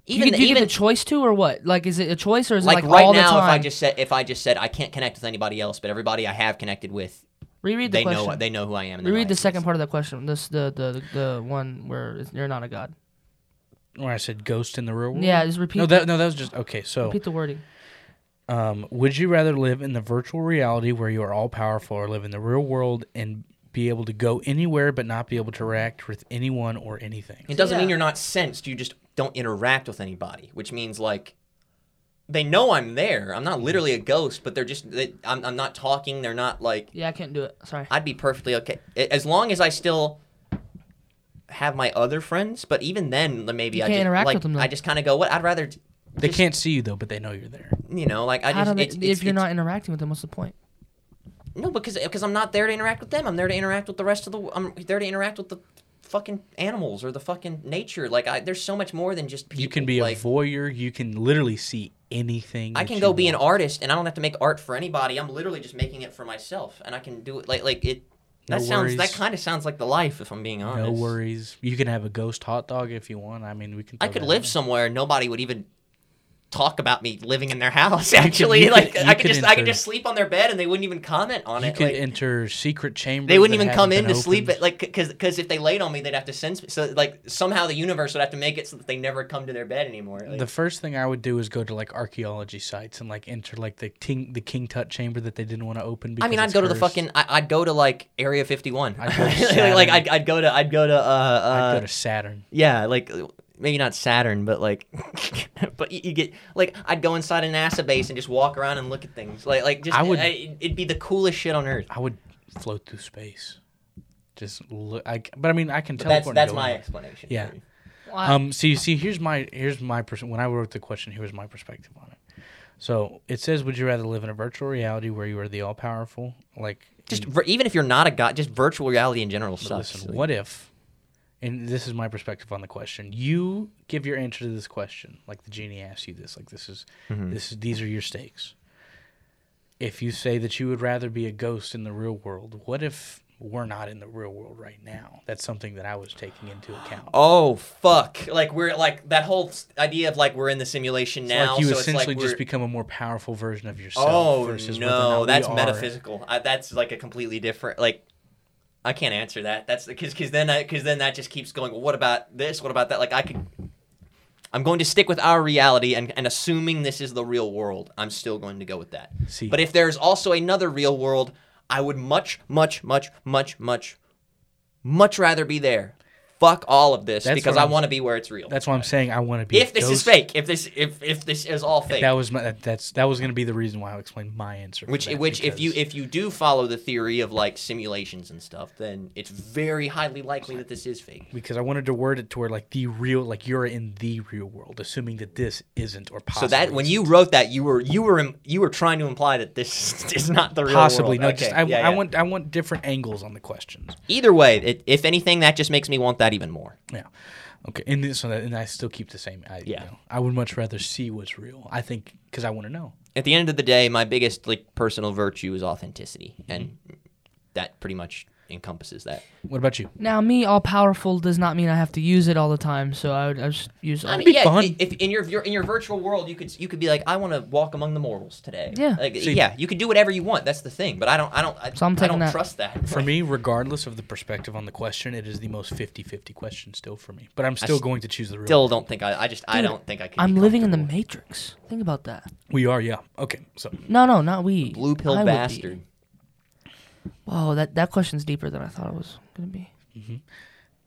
C: you
B: the-
C: get, do you get the choice to, or what? Like, is it a choice, or is
B: like,
C: it like
B: right
C: all the
B: now,
C: time?
B: if I just said if I just said I can't connect with anybody else, but everybody I have connected with,
C: reread the
B: they
C: question.
B: know they know who I am. and they're
C: reread the
B: like,
C: second part of that question. This the the the, the one where it's, you're not a god.
A: Where I said ghost in the real world.
C: Yeah, just repeat.
A: No, that no, that was just okay. So
C: repeat the wording.
A: Um, would you rather live in the virtual reality where you are all powerful or live in the real world and be able to go anywhere but not be able to interact with anyone or anything?
B: It doesn't mean
C: Yeah.
B: you're not sensed. You just don't interact with anybody, which means like they know I'm there. I'm not literally a ghost, but they're just they, I'm I'm not talking. They're not like
C: Yeah, I can't do it. Sorry.
B: I'd be perfectly okay A- as long as I still have my other friends. But even then, then maybe
C: You
B: I
C: can't
B: just
C: interact
B: like
C: with them, though.
B: I just kind of go what I'd rather
A: They can't see you though, but they know you're there.
B: you know like I
C: How
B: just
C: do they,
B: it's-
C: if
B: it's-
C: you're
B: it's-
C: not interacting with them, what's the point?
B: No, because because I'm not there to interact with them. I'm there to interact with the rest of the. I'm there to interact with the fucking animals or the fucking nature. Like I, there's so much more than just. People.
A: You can be
B: like,
A: a voyeur. You can literally see anything.
B: I
A: that
B: can
A: you
B: go be an
A: want.
B: artist, and I don't have to make art for anybody. I'm literally just making it for myself, and I can do it like like it.
A: No
B: That sounds that
A: worries.
B: kind of sounds like the life, if I'm being honest.
A: No worries. You can have a ghost hot dog if you want. I mean, we can.
B: I
A: throw
B: could
A: that
B: live
A: in.
B: somewhere and nobody would even talk about me living in their house. Actually, like
A: could-
B: I
A: you
B: could,
A: could
B: just I could
A: enter-
B: just sleep on their bed and they wouldn't even comment on
A: You
B: it.
A: could
B: like,
A: enter secret chambers.
B: they wouldn't
A: that
B: even come in
A: haven't
B: to
A: been
B: sleep
A: opened.
B: at like because because if they laid on me, they'd have to sense me. So like somehow the universe would have to make it so that they never come to their bed anymore. Like,
A: the first thing I would do is go to like archaeology sites and like enter like the king the king tut chamber that they didn't want to open. Because
B: I mean, I'd
A: it's
B: go to the
A: cursed.
B: fucking. I, I'd go to like Area 51.
A: I'd go to
B: like, like,
A: Saturn.
B: I'd, I'd go to I'd go to uh, uh
A: I'd go to Saturn.
B: yeah like maybe not Saturn but like but you, you get like I'd go inside a NASA base and just walk around and look at things like like just
A: I would-
B: I, it'd be the coolest shit on earth.
A: I would float through space. Just look, I, c- but I mean, I can
B: But that's
A: teleport. and
B: that's
A: go
B: my
A: anywhere.
B: explanation.
A: Yeah.
B: for you.
C: Why-
A: Um, so you see, here's my here's my person. When I wrote the question, here was my perspective on it. So it says, "Would you rather live in a virtual reality where you are the all powerful?" Like,
B: Just vir- even if you're not a god, just virtual reality in general
A: but
B: sucks.
A: listen,
B: Like,
A: what if? And this is my perspective on the question. You give your answer to this question, like the genie asks you this. Like this is
B: Mm-hmm.
A: this is these are your stakes. If you say that you would rather be a ghost in the real world, what if we're not in the real world right now? That's something that I was taking into account.
B: Oh fuck! Like we're like that whole s- idea of like we're in the simulation
A: It's
B: now.
A: like you
B: so
A: essentially
B: it's like
A: just
B: we're-
A: become a more powerful version of yourself.
B: Oh
A: versus whether or not
B: no,
A: we
B: that's
A: are-
B: metaphysical. I, that's like a completely different. Like I can't answer that. That's because because then because then that just keeps going. Well, what about this? What about that? Like I could. I'm going to stick with our reality and, and assuming this is the real world, I'm still going to go with that.
A: See.
B: But if there's also another real world, I would much, much, much, much, much, much rather be there. Fuck all of this
A: That's
B: because
A: what
B: I
A: I'm-
B: want to be where it's real.
A: That's why I'm saying I want to be.
B: if
A: a
B: this is
A: ghost.
B: fake, if this if if this is all fake.
A: that was my, that, that's that was going to be the reason why I explained my answer. for
B: Which,
A: that,
B: which, if you
A: because-
B: if you do follow the theory of like simulations and stuff, then it's very highly likely that this is fake.
A: because I wanted to word it to where like the real like you're in the real world, assuming that this isn't or
B: So
A: possibly
B: that when
A: isn't.
B: you wrote that, you were you were im- you were trying to imply that this is not the real
A: possibly
B: world.
A: no,
B: Okay,
A: just I,
B: yeah,
A: I
B: yeah.
A: want I want different angles on the questions.
B: Either way, it, if anything, that just makes me want that even more.
A: Yeah. Okay, and this, so that, and I still keep the same. I,
B: Yeah.
A: you know, I would much rather see what's real. I think because I want to know.
B: At the end of the day, my biggest like personal virtue is authenticity, and that pretty much encompasses that.
A: What about you?
C: now, me all powerful does not mean I have to use it all the time. So I would I just use.
B: I
C: All
B: mean, yeah,
A: fun.
B: i- if in your, your in your virtual world, you could you could be like, I want to walk among the mortals today.
C: Yeah.
B: like,
A: See-
B: yeah, you could do whatever you want. That's the thing, but I don't, I don't, I,
C: So I'm
B: I
C: taking
B: don't
C: that.
B: trust that.
A: For me, regardless of the perspective on the question, it is the most 50-50 question still for me. But I'm still
B: s-
A: going to choose the real.
B: still don't think I, I just I
C: Dude,
B: don't think I can.
C: I'm living in the Matrix. Think about that.
A: We are, yeah. Okay, so
C: No, no, not we.
B: blue
C: I
B: pill
C: would be.
B: bastard.
C: Whoa, that that question's deeper than I thought it was gonna be.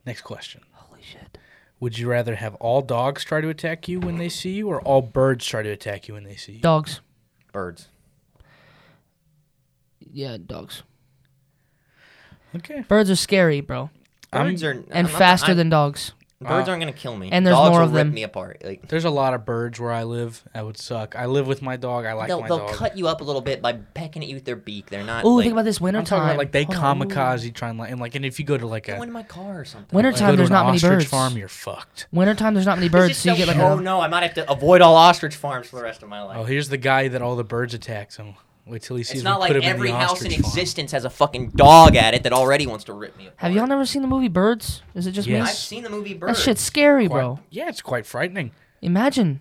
A: next question:
C: Holy shit.
A: Would you rather have all dogs try to attack you when they see you, or all birds try to attack you when they see you?
C: Dogs.
B: Birds.
C: Yeah, dogs.
A: Okay,
C: Birds are scary, bro,
A: I'm-
B: Birds are I'm
C: and
B: not-
C: faster
B: I'm-
C: than dogs.
B: birds
A: Uh,
B: aren't gonna kill me.
C: and there's
B: Dogs
C: more
B: will
C: of
B: rip
C: them.
B: me apart. Like
A: there's a lot of birds where I live. That would suck. I live with my dog. I like
B: they'll
A: my
B: they'll
A: dog.
B: cut you up a little bit by pecking at you with their beak. They're not.
C: Oh,
B: like,
C: think about this
A: I'm
C: wintertime.
A: talking about like they
C: Hold on.
A: kamikaze try and like, and like and if you go to like a
B: Go
A: like,
B: in my car or something.
C: Winter
A: go
C: Time,
A: to
C: there's
A: an
C: not many
A: ostrich
C: birds.
A: farm, you're fucked.
C: Wintertime, there's not many
B: It's
C: birds,
B: just
C: so you
B: so-
C: get like
B: oh
C: a,
B: no, I might have to avoid all ostrich farms for the rest of my life.
A: Oh, here's the guy that all the birds attack. So wait till he sees.
B: It's
A: we
B: not like
A: put him in
B: every
A: the
B: house in
A: ostrich farm.
B: existence has a fucking dog at it that already wants to rip me apart.
C: Have y'all never seen the movie Birds? Is it just
A: Yes.
B: I've seen the movie
C: me?
B: Bird.
C: That shit's scary,
A: Quite-
C: bro.
A: Yeah, it's quite frightening.
C: Imagine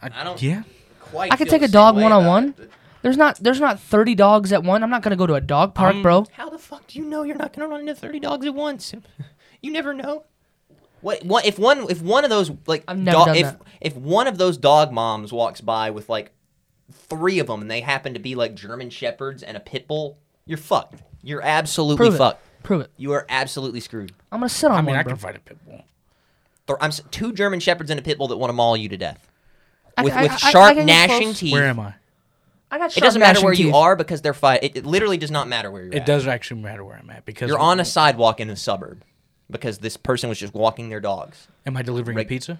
B: I don't-
A: Yeah.
B: Quite
C: I could
B: feel
C: take a
B: the same
C: dog
B: way about
C: one-on-one.
B: it.
C: there's not there's not 30 dogs at one. I'm not gonna go to a dog park,
A: Um,
C: bro.
B: How the fuck do you know you're not gonna run into thirty dogs at once? You never know. What, what if one if one of those like
C: I've never
B: dog-
C: done
B: if
C: that.
B: if one of those dog moms walks by with like three of them and they happen to be like German shepherds and a pit bull, you're fucked. You're absolutely
C: Prove it.
B: fucked.
C: Prove it.
B: You are absolutely screwed.
C: I'm gonna sit on
A: I mean,
C: one,
A: I
C: bro.
A: can fight a pit bull.
B: Th- I'm s- two German shepherds and a pit bull that want to maul you to death
C: I-
B: with
C: I-
B: with
C: I- I
B: sharp
C: can get
B: gnashing
C: close.
B: teeth.
A: Where am I?
C: I got
B: It
C: sharp
B: doesn't matter
C: gnashing
B: where you
C: teeth.
B: are because they're fight. It, it literally does not matter where you're
A: It
B: at.
A: does actually matter where I'm at because
B: You're on a sidewalk in a suburb because this person was just walking their dogs.
A: Am I delivering
B: Right.
A: a pizza?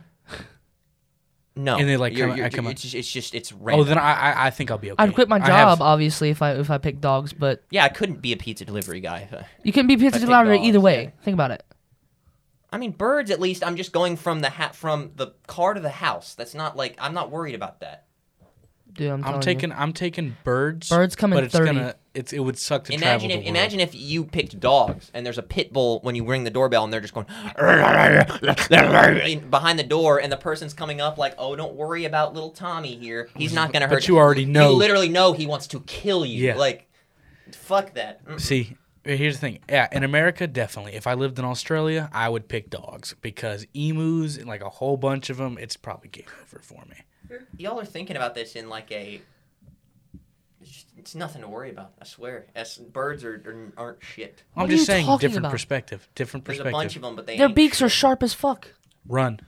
B: No,
A: And they, like,
B: you're-
A: come-
B: you're-
A: I come
B: you're-
A: up-
B: It's, just- it's just it's
A: Oh,
B: random.
A: then I, I I think I'll be okay.
C: I'd quit my
A: I have-
C: job, obviously, if I if I pick dogs. But
B: yeah, I couldn't be a pizza delivery guy.
C: you can be pizza
B: pick
C: delivery
B: dogs,
C: either way.
B: yeah.
C: Think about it.
B: I mean, birds. At least I'm just going from the ha- from the car to the house. That's not like I'm not worried about that.
C: Dude, I'm, telling
A: I'm
C: you.
A: taking I'm taking birds.
C: Birds come in
A: but it's
C: 30.
A: gonna it's it would suck to travel.
B: Imagine
A: the
B: if
A: world.
B: imagine if you picked dogs and there's a pit bull when you ring the doorbell and they're just going in- behind the door and the person's coming up like, oh, don't worry about little Tommy here. He's not gonna hurt.
A: But you already know.
B: You literally know he wants to kill you.
A: Yeah.
B: Like, fuck that. Mm.
A: See, here's the thing. Yeah, in America, definitely. If I lived in Australia, I would pick dogs because emus and like a whole bunch of them, it's probably game over for me.
B: Y'all are thinking about this in like a. It's, just, it's nothing to worry about. I swear. That's, birds are, are aren't shit.
A: I'm
C: What are
A: just
C: you
A: saying,
C: talking
A: different
C: about?
A: perspective. Different
B: There's a
A: perspective.
B: bunch of them, but they
C: Their
B: ain't
C: beaks are
B: shit.
C: sharp as fuck.
A: Run.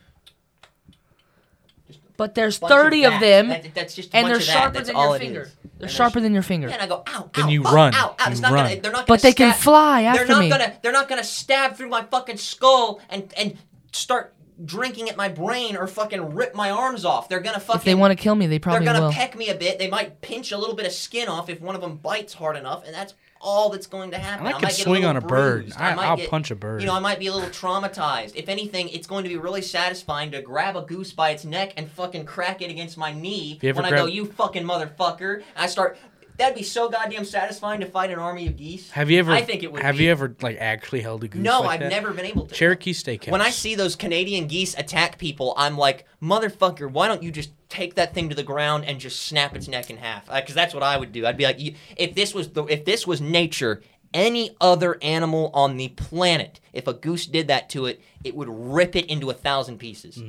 C: But there's
B: Bunch of
C: 30 of,
B: that.
C: them,
B: That- that's just a
C: and
B: bunch
C: they're
B: of that.
C: sharper
B: That's
C: than
B: all
C: your
B: it
C: finger.
B: is. And
C: They're
B: there's-
C: sharper than your finger.
B: Yeah, and I go, ow,
A: Then
B: ow,
A: you
B: fuck,
A: run.
B: ow, ow. It's
A: You
B: not
A: run.
B: Gonna, they're not
C: But
B: gonna
C: they can
B: stab-
C: fly after
B: they're not
C: me.
B: Gonna, they're not gonna stab through my fucking skull and and start drinking at my brain or fucking rip my arms off. They're gonna fucking.
C: If they want to kill me, they
B: they're
C: probably
B: gonna
C: will.
B: peck me a bit. They might pinch a little bit of skin off if one of them bites hard enough, and that's all that's going to happen.
A: I
B: might
A: can
B: get
A: swing
B: a
A: on
B: little
A: a bird.
B: bruised.
A: I-
B: might
A: I'll
B: get-
A: punch a bird.
B: You know, I might be a little traumatized. If anything, it's going to be really satisfying to grab a goose by its neck and fucking crack it against my knee
A: You
B: when
A: ever
B: I go,
A: grab-
B: "You fucking motherfucker!" And I start. That'd be so goddamn satisfying to fight an army of geese.
A: Have you ever?
B: I think it would.
A: have
B: be.
A: you ever like actually held a goose?
B: No,
A: like
B: I've
A: that?
B: never been able to.
A: Cherokee Steakhouse.
B: When I see those Canadian geese attack people, I'm like, motherfucker, why don't you just take that thing to the ground and just snap its neck in half? Because that's what I would do. I'd be like, "You- if this was the, if this was nature, any other animal on the planet, if a goose did that to it, it would rip it into a thousand pieces.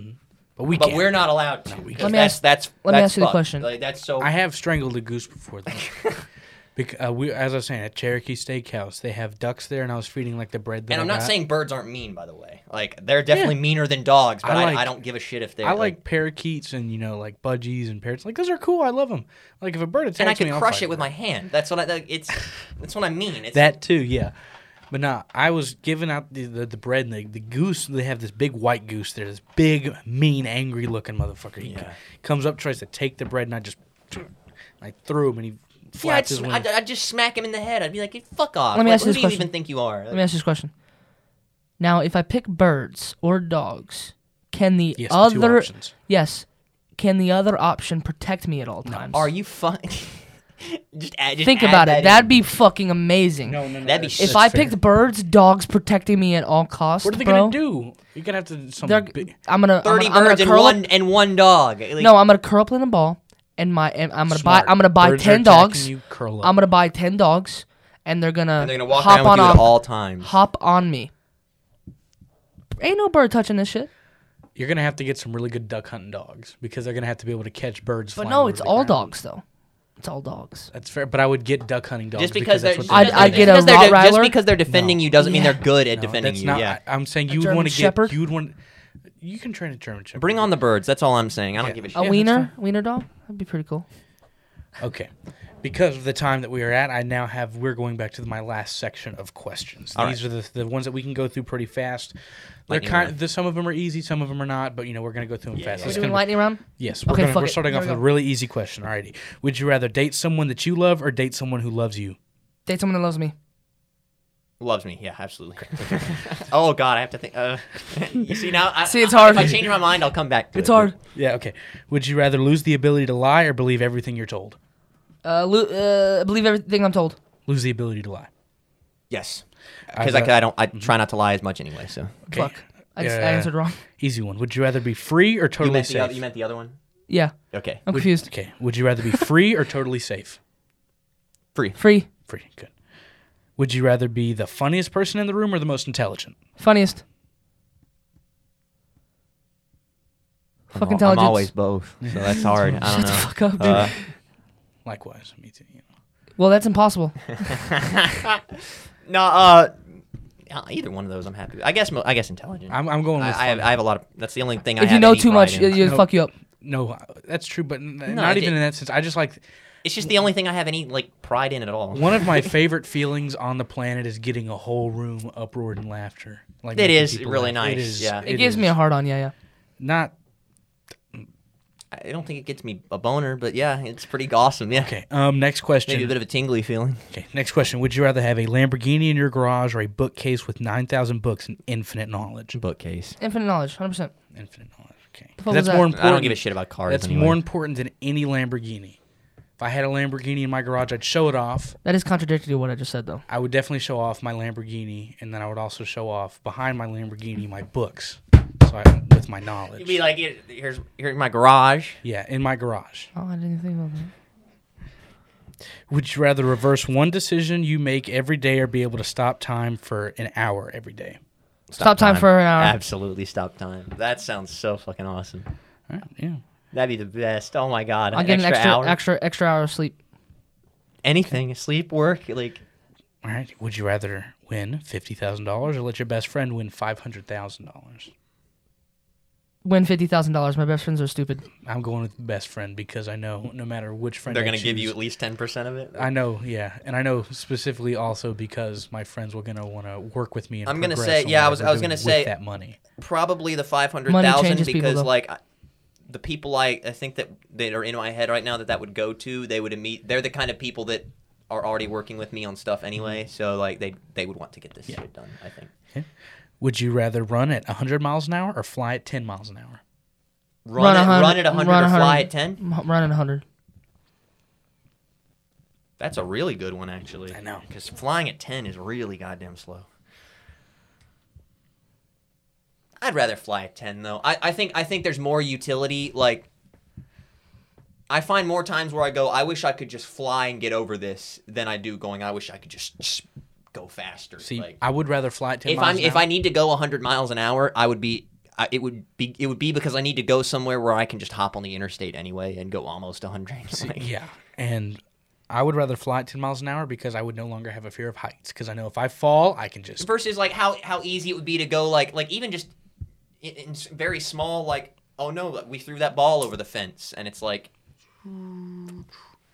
A: but we
B: But
A: can't.
B: we're not allowed to.
A: Mm-hmm. we
B: 'cause
C: Let me
B: that's,
C: ask-
B: that's,
C: let me
B: that's
C: ask you the
B: fucked.
C: question.
B: Like, that's so.
A: I have strangled a goose before, though. because uh, we, as I was saying, at Cherokee Steakhouse, they have ducks there, and I was feeding like the bread. That
B: and
A: I
B: I'm not
A: got.
B: saying birds aren't mean, by the way. Like they're definitely meaner than dogs, but
A: I
B: I,
A: like-
B: I, don't give a shit if they're.
A: I like parakeets and you know like budgies and parrots. Like those are cool. I love them. Like if a bird attacks
B: and I
A: me,
B: could
A: I'll
B: crush
A: fight
B: it with my hand. That's what I. That, it's that's what I mean. It's,
A: That too, yeah. But nah, I was giving out the, the, the bread and the, the goose. They have this big white goose there, this big, mean, angry looking motherfucker. He
B: Yeah.
A: comes up, tries to take the bread, and I just I threw him, and he
B: yeah, I'd,
A: flapped his
B: sm-
A: wings.
B: I'd, I'd just smack him in the head. I'd be like, "Hey, "Fuck off!
C: Let me
B: Like,
C: ask you
B: who
C: this
B: do you
C: question.
B: even think you are?"
C: Let me ask you this question. Now, if I pick birds or dogs, can the
A: Yes, the two
C: other
A: options.
C: yes, can the other option protect me at all times?
B: are you fun? just add, just
C: Think
B: add
C: about
B: that
C: it.
B: in.
C: That'd be fucking amazing.
A: no, no, no.
B: That'd be
A: that's-
B: shit.
C: if I
A: that's fair.
C: picked birds, dogs protecting me at all costs,
A: what are they
C: bro,
A: gonna do? You're gonna have to some
C: They're,
A: big,
C: I'm gonna
B: thirty
C: I'm gonna,
B: birds
C: I'm
B: and
C: gonna curl
B: one
C: Up,
B: and one dog. Like,
C: no, I'm gonna curl up in a ball, and my and I'm gonna
A: smart.
C: buy I'm gonna buy
A: Birds are
C: ten
A: attacking
C: dogs.
A: You curl up.
C: I'm gonna buy ten dogs, and they're gonna
B: they're gonna walk
C: hop
B: around with
C: on
B: you at
C: up-
B: all times.
C: hop on me. Ain't no bird touching this shit.
A: You're gonna have to get some really good duck hunting dogs because they're gonna have to be able to catch birds.
C: But
A: flying
C: no,
A: over
C: it's
A: the
C: all
A: ground.
C: dogs though. It's all dogs.
A: That's fair, but I would get duck hunting dogs
B: Just
A: because,
B: because they're
A: that's what
B: just
A: they're
C: I'd-
B: because
A: doing.
C: I'd get
B: they're-
C: a
B: just because they're-
C: Rottweiler.
B: Just because they're defending you doesn't mean they're good at
A: No,
B: defending
A: that's
B: you.
A: not-
B: Yeah.
A: I, am saying
C: A
A: you would
C: German
A: want to get.
C: Shepherd?
A: You'd want. You can train a German Shepherd.
B: Bring on the birds. That's all I'm saying. I don't
A: Yeah.
B: give
A: Oh,
B: a shit.
C: A
A: that's
C: wiener, wiener dog. That'd be pretty cool.
A: Okay. Because of the time that we are at, I now have we're going back to my last section of questions.
B: All
A: These are the, the ones that we can go through pretty fast. They're
B: Lightning
A: kind
B: round.
A: the, some of them are easy, some of them are not, but you know we're gonna go through them
B: Yeah,
A: fast.
B: yeah,
C: We're
A: It's
B: It's
C: doing
A: gonna be-
C: lightning round.
A: yes, we're,
C: Okay,
A: gonna,
C: fuck
A: we're
C: it.
A: starting
C: Here
A: off
C: we
A: with a
C: go.
A: really easy question. Alrighty, would you rather date someone that you love or date someone who loves you?
C: Date someone that loves me.
B: Loves me, yeah, absolutely. oh God, I have to think. Uh, you see now, I,
C: See, it's
B: I-
C: hard.
B: If I change my mind, I'll come back. To
C: It's
B: it.
C: hard.
A: Yeah, okay. Would you rather lose the ability to lie or believe everything you're told?
C: Uh, lo- uh, believe everything I'm told.
A: Lose the ability to lie.
B: Yes,
A: I've
B: because I,
A: got-
B: I don't. I
C: Mm-hmm.
B: try not to lie as much anyway. So
A: Okay.
C: Fuck. I, just,
A: Yeah.
C: I answered wrong.
A: Easy one. Would you rather be free or totally safe?
B: the other one.
C: Yeah,
B: Okay,
C: I'm
A: Would-
C: confused.
A: Okay. Would you rather be free or totally safe?
B: free.
C: Free,
A: Free. Good. Would you rather be the funniest person in the room or the most intelligent?
C: funniest. Fuck intelligence.
B: I'm always both, so that's hard. I don't know.
C: Fuck up, dude.
B: Uh,
A: Likewise, me too. You know.
C: well, that's impossible.
B: no, uh, uh, either one of those, I'm happy. with. I guess. mo- I guess intelligent.
A: I'm, I'm going
B: I,
A: with
B: I, have,
A: funny.
B: I have a lot of. That's the only thing. I
C: if you
B: have
C: know
B: any
C: too
B: pride
C: much,
B: in.
C: you'll
A: No.
C: fuck you up.
A: no, that's true, but n-
B: No, I
A: not even
B: did-
A: in that sense. I just like
B: it's just the only thing I have any like pride in at all.
A: one of my favorite feelings on the planet is getting a whole room uproared in laughter. Like
B: It
A: making
B: is
A: people
B: really
A: laugh.
B: nice, yeah.
C: It, gives
A: is.
C: me a hard on. Yeah, yeah.
A: not
B: I don't think it gets me a boner, but yeah, it's pretty awesome. Yeah,
A: okay. Um, next
B: maybe a
A: question.
B: bit of a tingly feeling.
A: Okay, next question. Would you rather have a Lamborghini in your garage or a bookcase with nine thousand books and infinite knowledge?
B: Bookcase.
C: Infinite knowledge, hundred percent.
A: Infinite knowledge. Okay,
C: fuck
A: that's
C: was
A: more
C: that?
A: important.
B: I don't give a shit about cars.
A: That's
B: anyway.
A: more important than any Lamborghini. If I had a Lamborghini in my garage, I'd show it off.
C: That is contradictory to what I just said, though.
A: I would definitely show off my Lamborghini, and then I would also show off behind my Lamborghini my books. So I, with my knowledge,
B: You'd be like, "Here- here's here's my garage.
A: yeah, in my garage.
C: Oh, I didn't think about that.
A: Would you rather reverse one decision you make every day, or be able to stop time for an hour every day?
C: Stop time for an hour.
B: Absolutely stop time. That sounds so fucking awesome.
A: All right, yeah.
B: That'd be the best. Oh my god,
C: I'll
B: an
C: get
B: extra,
C: an extra
B: hour.
C: extra extra hour of sleep.
B: Anything, sleep, work, like
A: All right. Would you rather win fifty thousand dollars or let your best friend win five hundred thousand dollars?
C: Win fifty thousand dollars. My best friends are stupid.
A: I'm going with best friend because I know no matter which friend
B: they're
A: I
B: gonna give
A: choose-
B: you at least ten percent of it.
A: I know, yeah, and I know specifically also because my friends were gonna want to work with me. And
B: I'm gonna
A: progress
B: say-
A: on
B: yeah, I was-
A: whatever
B: I was
A: they're
B: gonna
A: doing
B: say-
A: with that money.
B: Probably the five hundred
C: Money
B: thousand
C: changes
B: because
C: people, though.
B: like I- the people I, I think that that are in my head right now that that would go to, they would meet. They're the kind of people that are already working with me on stuff
C: Mm-hmm.
B: anyway, so like they they would want to get this shit done. I think
A: Would you rather run at 100 miles an hour or fly at 10 miles an hour?
B: run
C: a
B: at,
C: hundred-
B: run at hundred
C: run
B: or
C: a
B: fly
C: hundred-
B: at ten.
C: m- Run at hundred.
B: That's a really good one actually.
A: I know.
B: because flying at ten is really goddamn slow. I'd rather fly at ten though. I, I think I think there's more utility. Like I find more times where I go, I wish I could just fly and get over this than I do going. I wish I could just, just go faster.
A: See,
B: like,
A: I would rather fly at 10
B: if
A: miles
B: I'm
A: an
B: if
A: hour.
B: I need to go 100 miles an hour, I would be. I, it would be it would be because I need to go somewhere where I can just hop on the interstate anyway and go almost 100. Like,
A: yeah, and I would rather fly at 10 miles an hour because I would no longer have a fear of heights because I know if I fall, I can just
B: versus like how how easy it would be to go like like even just in, in s- very small like oh no like, we threw that ball over the fence and it's like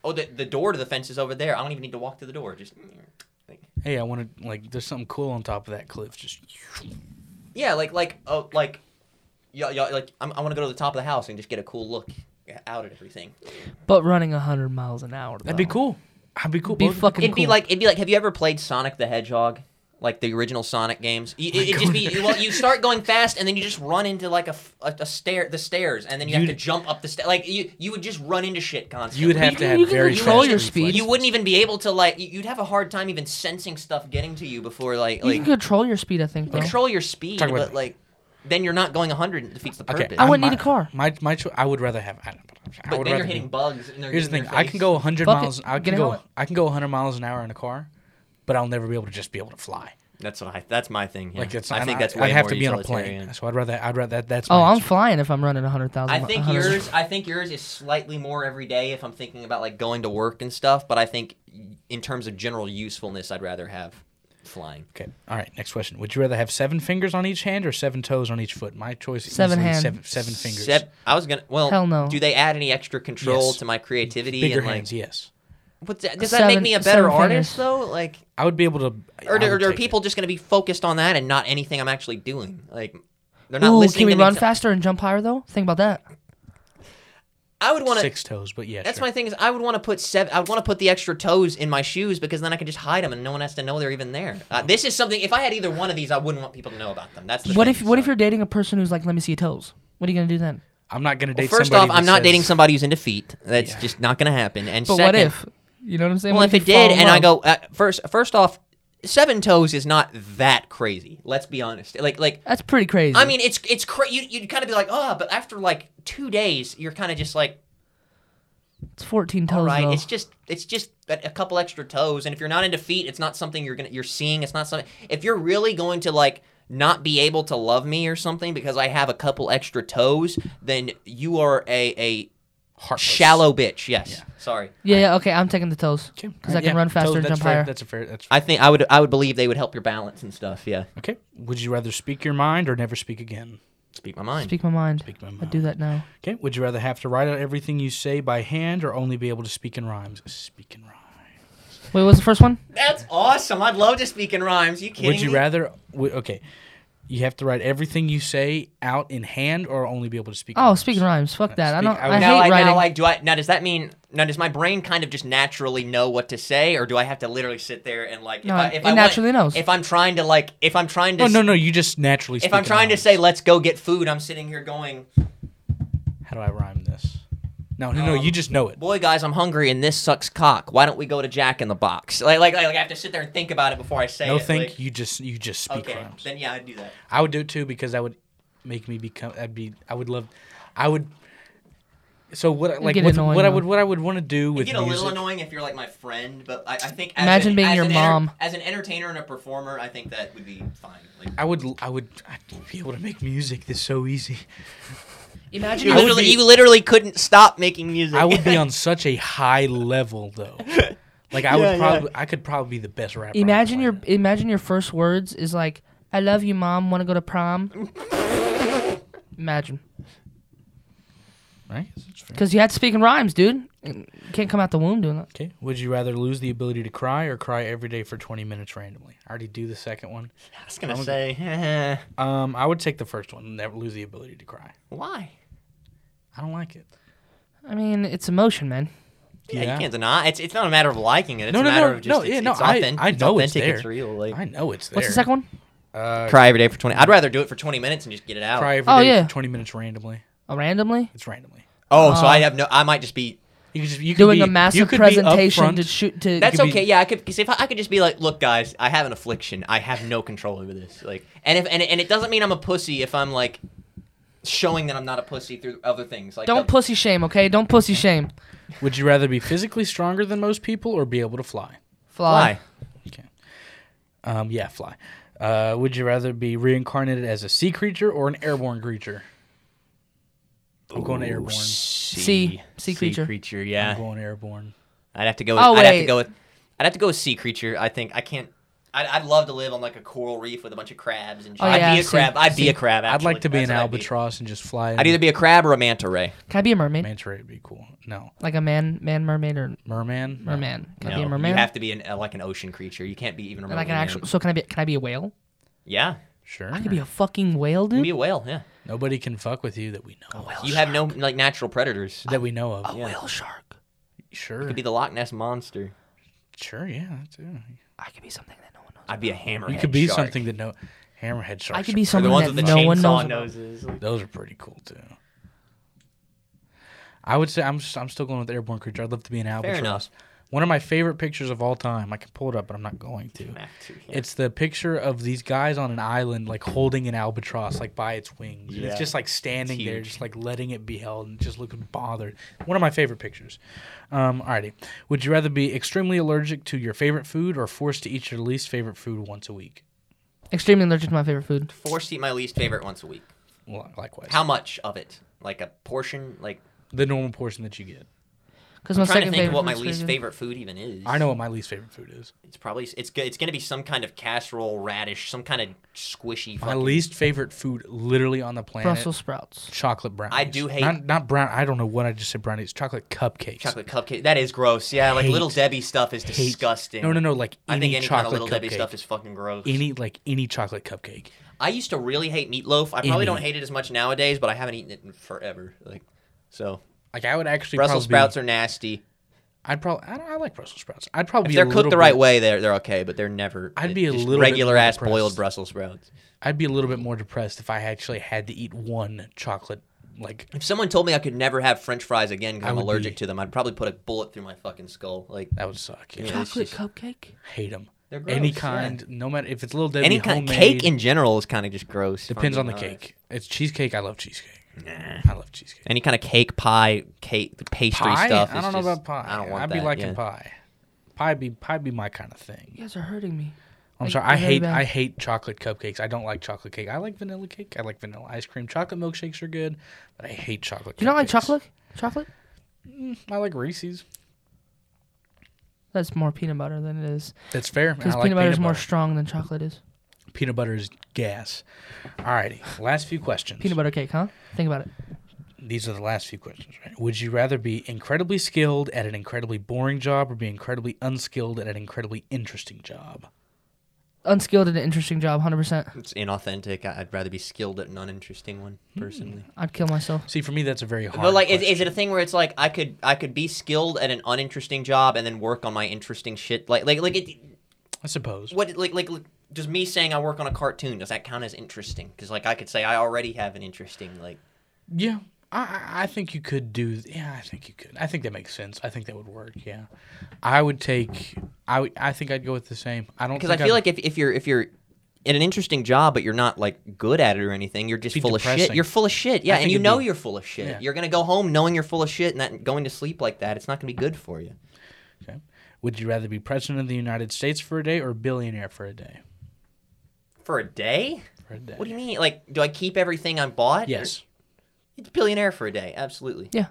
B: oh the the door to the fence is over there I don't even need to walk to the door just like,
A: hey, I want to like there's something cool on top of that cliff. Just
B: yeah like like oh like yeah yeah like I'm, I want to go to the top of the house and just get a cool look out at everything
C: But running hundred miles an hour.
A: that'd
C: though.
A: be cool. I'd be cool.
C: Be
A: Both-
C: fucking
B: It'd be
C: cool.
B: like it'd be like. Have you ever played Sonic the Hedgehog? Like the original Sonic games,
A: Oh
B: You- it, would just be well, you start going fast and then you just run into like a, f- a- a stair, the stairs, and then you have to
A: You'd-
B: jump up the stair. Like you, you would just run into shit constantly.
A: you would have to have
C: You can
A: very
C: control
A: fast
C: your
A: reflexes.
C: speed.
B: You wouldn't even be able to like. you- You'd have a hard time even sensing stuff getting to you before like
C: You
B: like
C: can control your speed, I think. Though.
B: control your speed,
A: Talk about
B: but
A: that.
B: like then you're not going 100 and it defeats the purpose.
A: Okay,
C: I wouldn't
A: I'm-
C: need a car.
A: My my cho- I would rather have. I, I
B: but
A: would
B: then
A: rather
B: you're
A: be-
B: hitting bugs. And they're
A: Here's the
B: getting in
A: thing:
B: your
A: I can
B: face.
A: go 100
C: Fuck it,
A: miles. I
C: get
A: can
C: a
A: go.
C: helmet.
A: I can go 100 miles an hour in a car, but I'll never be able to just be able to fly.
B: That's what I. That's my thing. yeah.
A: Like it's.
B: I
A: and
B: think that's.
A: I'd
B: way
A: have
B: more
A: to be on a
B: utilitarian.
A: plane. So I'd rather. I'd rather that. That's.
C: Oh,
A: my
C: I'm
A: answer.
C: flying if I'm running hundred thousand.
B: I think
C: 100
B: yours. I think yours is slightly more every day if I'm thinking about like going to work and stuff. But I think in terms of general usefulness, I'd rather have flying.
A: Okay. All right. Next question: Would you rather have seven fingers on each hand or seven toes on each foot? My choice. is
C: Seven
A: easily
C: hand.
A: Seven, seven fingers.
B: Except I was gonna. Well,
C: Hell no.
B: Do they add any extra control
A: Yes.
B: to my creativity?
A: Bigger
B: and, like,
A: hands. Yes.
B: What's that, does that make
C: Seven-
B: me a better
C: seven
B: artist
C: fingers.
B: though? Like,
A: I would be able to. I
B: or,
A: would
B: do- or are
A: take it.
B: people just gonna be focused on that and not anything I'm actually doing? Like, they're not
C: Ooh,
B: listening.
C: can we
B: to me
C: run
B: t-
C: faster and jump higher though? Think about that.
B: I would want to.
A: six toes? But yeah.
B: That's
A: sure.
B: my thing is I would want to put seven. I would want to put the extra toes in my shoes because then I can just hide them and no one has to know they're even there. Uh, this is something. If I had either one of these, I wouldn't want people to know about them. That's the
C: What
B: thing,
C: if What if
B: so.
C: you're dating a person who's like, "Let me see your toes"? What are you gonna do then?
A: I'm not gonna
B: Well,
A: date.
B: first off,
A: somebody
B: I'm
A: that
B: not
A: says-
B: dating somebody who's into feet. That's
A: Yeah.
B: just not going to happen. And
C: But
B: second,
C: what if? You know what I'm saying?
B: Well,
C: What
B: if it
C: you fall
B: did,
C: in
B: and I
C: love?
B: go uh, first. First off, seven toes is not that crazy. Let's be honest. Like like
C: that's pretty crazy.
B: I mean, it's it's cra- you, You'd kind of be like, oh, but after like two days, you're kind of just like,
C: it's 14 toes.
B: All right,
C: though.
B: it's just it's just a, a couple extra toes, and if you're not into feet, it's not something you're gonna you're seeing. It's not something. If you're really going to like not be able to love me or something because I have a couple extra toes, then you are a a
A: Heartless.
B: shallow bitch. Yes, sorry.
C: yeah, yeah, okay, I'm taking the toes
A: Okay.
C: because I can
A: Yeah,
C: run
A: toes,
C: faster and
A: that's
C: jump
A: fair,
C: higher.
A: That's a fair. That's
B: I think I would I would believe they would help your balance and stuff. Yeah,
A: okay. Would you rather speak your mind or never speak again?
B: speak my mind.
C: Speak my mind.
A: Speak my
C: I
A: mind.
C: do that now.
A: Okay. Would you rather have to write out everything you say by hand or only be able to speak in rhymes? Speak in rhymes.
C: Wait, what was the first one?
B: That's awesome. I'd love to speak in rhymes. You kidding
A: Would you
B: me?
A: rather? w- Okay. You have to write everything you say out in hand or only be able to speak. in
C: Oh,
A: rhymes?
C: speaking rhymes. Fuck that. I
A: Speak-
C: don't.
A: I
C: I,
A: would-
C: hate
B: now, I,
C: writing.
B: now, like, do I now? Does that mean now? Does my brain kind of just naturally know what to say, or do I have to literally sit there and like?
C: No,
B: if I, if
C: it
B: I want-
C: naturally knows. Oh,
B: If I'm trying to like, if I'm trying to,
A: Oh, No,
B: s-
A: no, no. You just naturally.
B: if
A: speak
B: I'm
A: in
B: trying to
A: rhymes.
B: say, let's go get food, I'm sitting here going,
A: how do I rhyme this? No, no, no. you just know it.
B: Um, boy, guys, I'm hungry and this sucks cock. Why don't we go to Jack in the Box? Like, like, like, I have to sit there and think about it before I say
A: No,
B: it.
A: think
B: like,
A: you just you just speak
B: Okay,
A: rhymes.
B: then yeah, I'd do that.
A: I would do it too because that would make me become. I'd be. I would love. I would. So what? I- Like
C: get
A: with,
C: annoying,
A: what I
C: though.
A: would what I would want to do
B: It'd
A: with
B: get a little
A: music-
B: annoying if you're like my friend, but I, I think as
C: Imagine
B: an,
C: being
B: as
C: your
B: an
C: mom.
B: as an entertainer and a performer, I think that would be fine. Like,
A: I would I would I'd be able to make music this so easy.
C: Imagine
B: you
A: I would
B: literally,
A: be-
B: you literally couldn't stop making music.
A: I would be on such a high level though. Like I
B: Yeah, yeah.
A: would probably I could probably be the best rapper. on the
C: Imagine your
A: planet.
C: imagine your first words is like, "I love you, mom. Want to go to prom?" imagine,
A: right. That's fair.
C: because you had to speak in rhymes, dude. You can't come out the womb doing that.
A: Okay. Would you rather lose the ability to cry or cry every day for 20 minutes randomly? I already do the second one.
B: I was gonna say,
A: Um, I would take the first one. Never lose the ability to cry.
B: why?
A: I don't like it.
C: I mean, it's emotion, man.
B: Yeah, you can't deny. It's it's not a matter of liking it. It's
A: No,
B: a
A: no,
B: matter
A: no,
B: of just
A: no,
B: it's,
A: yeah, no,
B: it's
A: I-
B: authentic.
A: I know it's
B: it's authentic. It's
A: there.
B: real. Like
A: I know it's there.
C: What's the second one?
A: Uh,
B: cry every day for twenty. I'd rather do it for twenty minutes and just get it out.
A: cry every day
C: Oh, yeah.
A: for 20 minutes randomly.
C: Uh, randomly
A: It's randomly.
B: Oh, so
C: Uh,
B: I have no. I might just be.
A: You could just you could
C: doing
A: be-
C: a
A: you
C: massive
A: could be
C: presentation to
A: upfront.
C: shoot to.
B: That's
A: could be-
B: okay. Yeah, I could. Cause if I, I could just be like, look, guys, I have an affliction. I have no control over this. Like, and if and, and it doesn't mean I'm a pussy if I'm like showing that I'm not a pussy through other things. Like,
C: don't
B: the-
C: pussy shame, okay? Don't pussy shame.
A: Would you rather be physically stronger than most people or be able to fly?
C: Fly.
A: Um, yeah, fly. Uh, would you rather be reincarnated as a sea creature or an airborne creature? I'm going airborne.
B: Sea,
C: sea creature.
B: creature.
A: I'm
B: Yeah,
A: going airborne.
B: I'd have to go. With,
C: Oh,
B: I'd have to
C: wait.
B: go with. I'd have to go with sea creature. I think I can't. I'd, I'd love to live on like a coral reef with a bunch of crabs and shit.
C: Oh, yeah,
B: I'd be a
C: sea-
B: crab. I'd be a crab.
A: I'd
B: Actually.
A: like to be
B: That's
A: an
B: what I'd
A: albatross and just fly.
B: I'd either be a crab or a manta ray.
C: Can I be a mermaid?
A: manta ray would be cool. No,
C: Like a man, man, mermaid, or
A: merman. No.
C: merman? Can I be
B: No,
C: a merman?
B: You have to be an, uh, like an ocean creature. You can't be even
C: And
B: remotely
C: like an
B: man.
C: actual. So can I be? Can I be a whale?
B: Yeah,
A: Uh, Sure.
C: I could be a fucking whale,
B: you can
C: dude.
B: be a whale. Yeah,
A: Nobody can fuck with you that we
C: Oh,
A: know. of.
B: you have no like natural predators.
A: That we know of.
C: A whale shark.
A: Sure.
B: Could be the Loch Ness monster.
A: sure. Yeah. that's- yeah.
C: I could be something that no one knows.
B: I'd be a hammerhead.
A: You could be
B: shark.
A: something that no hammerhead sharks.
C: I
A: are
C: could be
B: Or the
C: something
B: ones with
C: that
B: the
C: no one knows.
B: chainsaw
C: about.
B: noses.
A: Those are pretty cool too. I would say I'm s- I'm still going with airborne creature. I'd love to be an albatross.
B: enough.
A: One of my favorite pictures of all time. I can pull it up, but I'm not going to. It's the picture of these guys on an island, like holding an albatross, like by its wings. And
B: Yeah.
A: It's just like standing
B: It's
A: there,
B: huge.
A: just like letting it be held, and just looking bothered. One of my favorite pictures. Um, alrighty, would you rather be extremely allergic to your favorite food or forced to eat your least favorite food once a week?
C: Extremely allergic to my favorite food.
B: Force eat my least favorite once a week.
A: Well, likewise,
B: How much of it? Like a portion? Like
A: the normal portion that you get.
C: Because my
B: I'm trying
C: second
B: to think
C: favorite.
B: of what my
C: food's
B: least
C: pretty
B: favorite food even is.
A: I know what my least favorite food is.
B: It's probably it's go- it's gonna be some kind of casserole, radish, some kind of squishy.
A: My
B: fucking-
A: least favorite food, literally on the
C: good.
A: planet,
C: Brussels sprouts.
A: chocolate brownies.
B: I do hate-
A: not, not brown. I don't know what I just said. Brownies, chocolate cupcakes.
B: chocolate cupcake. That is gross. Yeah, like
A: Hate-
B: little Debbie stuff is
A: Hate-
B: disgusting.
A: No, no, no. Like
B: I
A: any
B: think any kind of
A: chocolate
B: little Debbie
A: cupcake.
B: stuff is fucking gross.
A: any like any chocolate cupcake.
B: I used to really hate meatloaf. I probably
A: Any.
B: don't hate it as much nowadays, but I haven't eaten it in forever. Like, so
A: Like I would actually
B: Brussels
A: probably,
B: sprouts are nasty.
A: I'd probably. I, don't, I like Brussels sprouts. I'd probably.
B: If
A: be
B: they're
A: a
B: cooked
A: little
B: the right
A: bit-
B: way, they're they're okay. But they're never.
A: I'd
B: it-
A: be a
B: just
A: little bit
B: regular
A: more
B: ass boiled
A: depressed.
B: Brussels sprouts.
A: I'd be a little bit more depressed if I actually had to eat one chocolate. Like
B: If someone told me I could never have French fries again because
A: I
B: I'm
A: would
B: allergic
A: be-
B: to them, I'd probably put a bullet through my fucking skull. Like
A: that would suck. Yeah.
B: Yeah. it's
C: Chocolate
B: just-
C: cupcake.
A: Hate them.
B: They're gross,
A: Any
B: yeah.
A: kind, no matter if it's little Debbie,
B: any kind
A: homemade,
B: cake in general is kind of just gross. if I'm
A: depends on the
B: being honest.
A: cake. It's cheesecake. I love cheesecake.
B: Nah.
A: I love cheesecake.
B: Any kind of cake, pie, cake, pastry
A: pie?
B: stuff.
A: I
B: is
A: don't know
B: just-
A: about pie.
B: I don't want
A: I'd
B: that.
A: be liking
B: yeah.
A: pie. Pie be pie be my kind of thing.
C: You guys are hurting me.
A: I'm
C: Like,
A: sorry. I
C: really
A: hate
C: bad.
A: I hate chocolate cupcakes. I don't like chocolate cake. I like vanilla cake. I like vanilla ice cream. Chocolate milkshakes are good, but I hate chocolate.
C: You don't like
A: cupcakes.
C: chocolate? Chocolate?
A: I like Reese's.
C: That's more peanut butter than it is.
A: That's fair.
C: Because
A: I like
C: peanut butter is more strong than chocolate is.
A: peanut butter is gas. Alrighty. Last few questions.
C: Peanut butter cake, huh? Think about it.
A: These are the last few questions. Right? Would you rather be incredibly skilled at an incredibly boring job or be incredibly unskilled at an incredibly interesting job?
C: Unskilled at an interesting job, 100%.
B: It's inauthentic. I- I'd rather be skilled at an uninteresting one, personally.
C: I'd kill myself.
A: See, for me, that's a very hard.
B: But like, is,
A: Hmm. question.
B: is it a thing where it's like I could I could be skilled at an uninteresting job and then work on my interesting shit? Like like like it,
A: I suppose.
B: what like like. like just me saying I work on a cartoon does that count as interesting? Because like I could say I already have an interesting like
A: Yeah. I- I, I think you could do. Yeah, I think you could. I think that makes sense. I think that would work. Yeah, I would take. I would- I think I'd go with the same. I don't
B: Because I
A: think
B: feel
A: I'd-
B: like if, if you're if you're in an interesting job but you're not like good at it or anything, you're just
A: Be
B: full of shit.
A: depressing.
B: You're full of shit. Yeah,
A: I
B: and
A: think
B: you
A: it'd
B: know
A: be-
B: you're full of shit.
A: Yeah.
B: You're gonna go home knowing you're full of shit and that going to sleep like that. It's not gonna be good for you.
A: Okay. Would you rather be president of the United States for a day or billionaire for a day?
B: For a day?
A: For a day.
B: What do you mean? Like, do I keep everything I bought?
A: Yes.
B: It's billionaire for a day. Absolutely.
C: Yeah.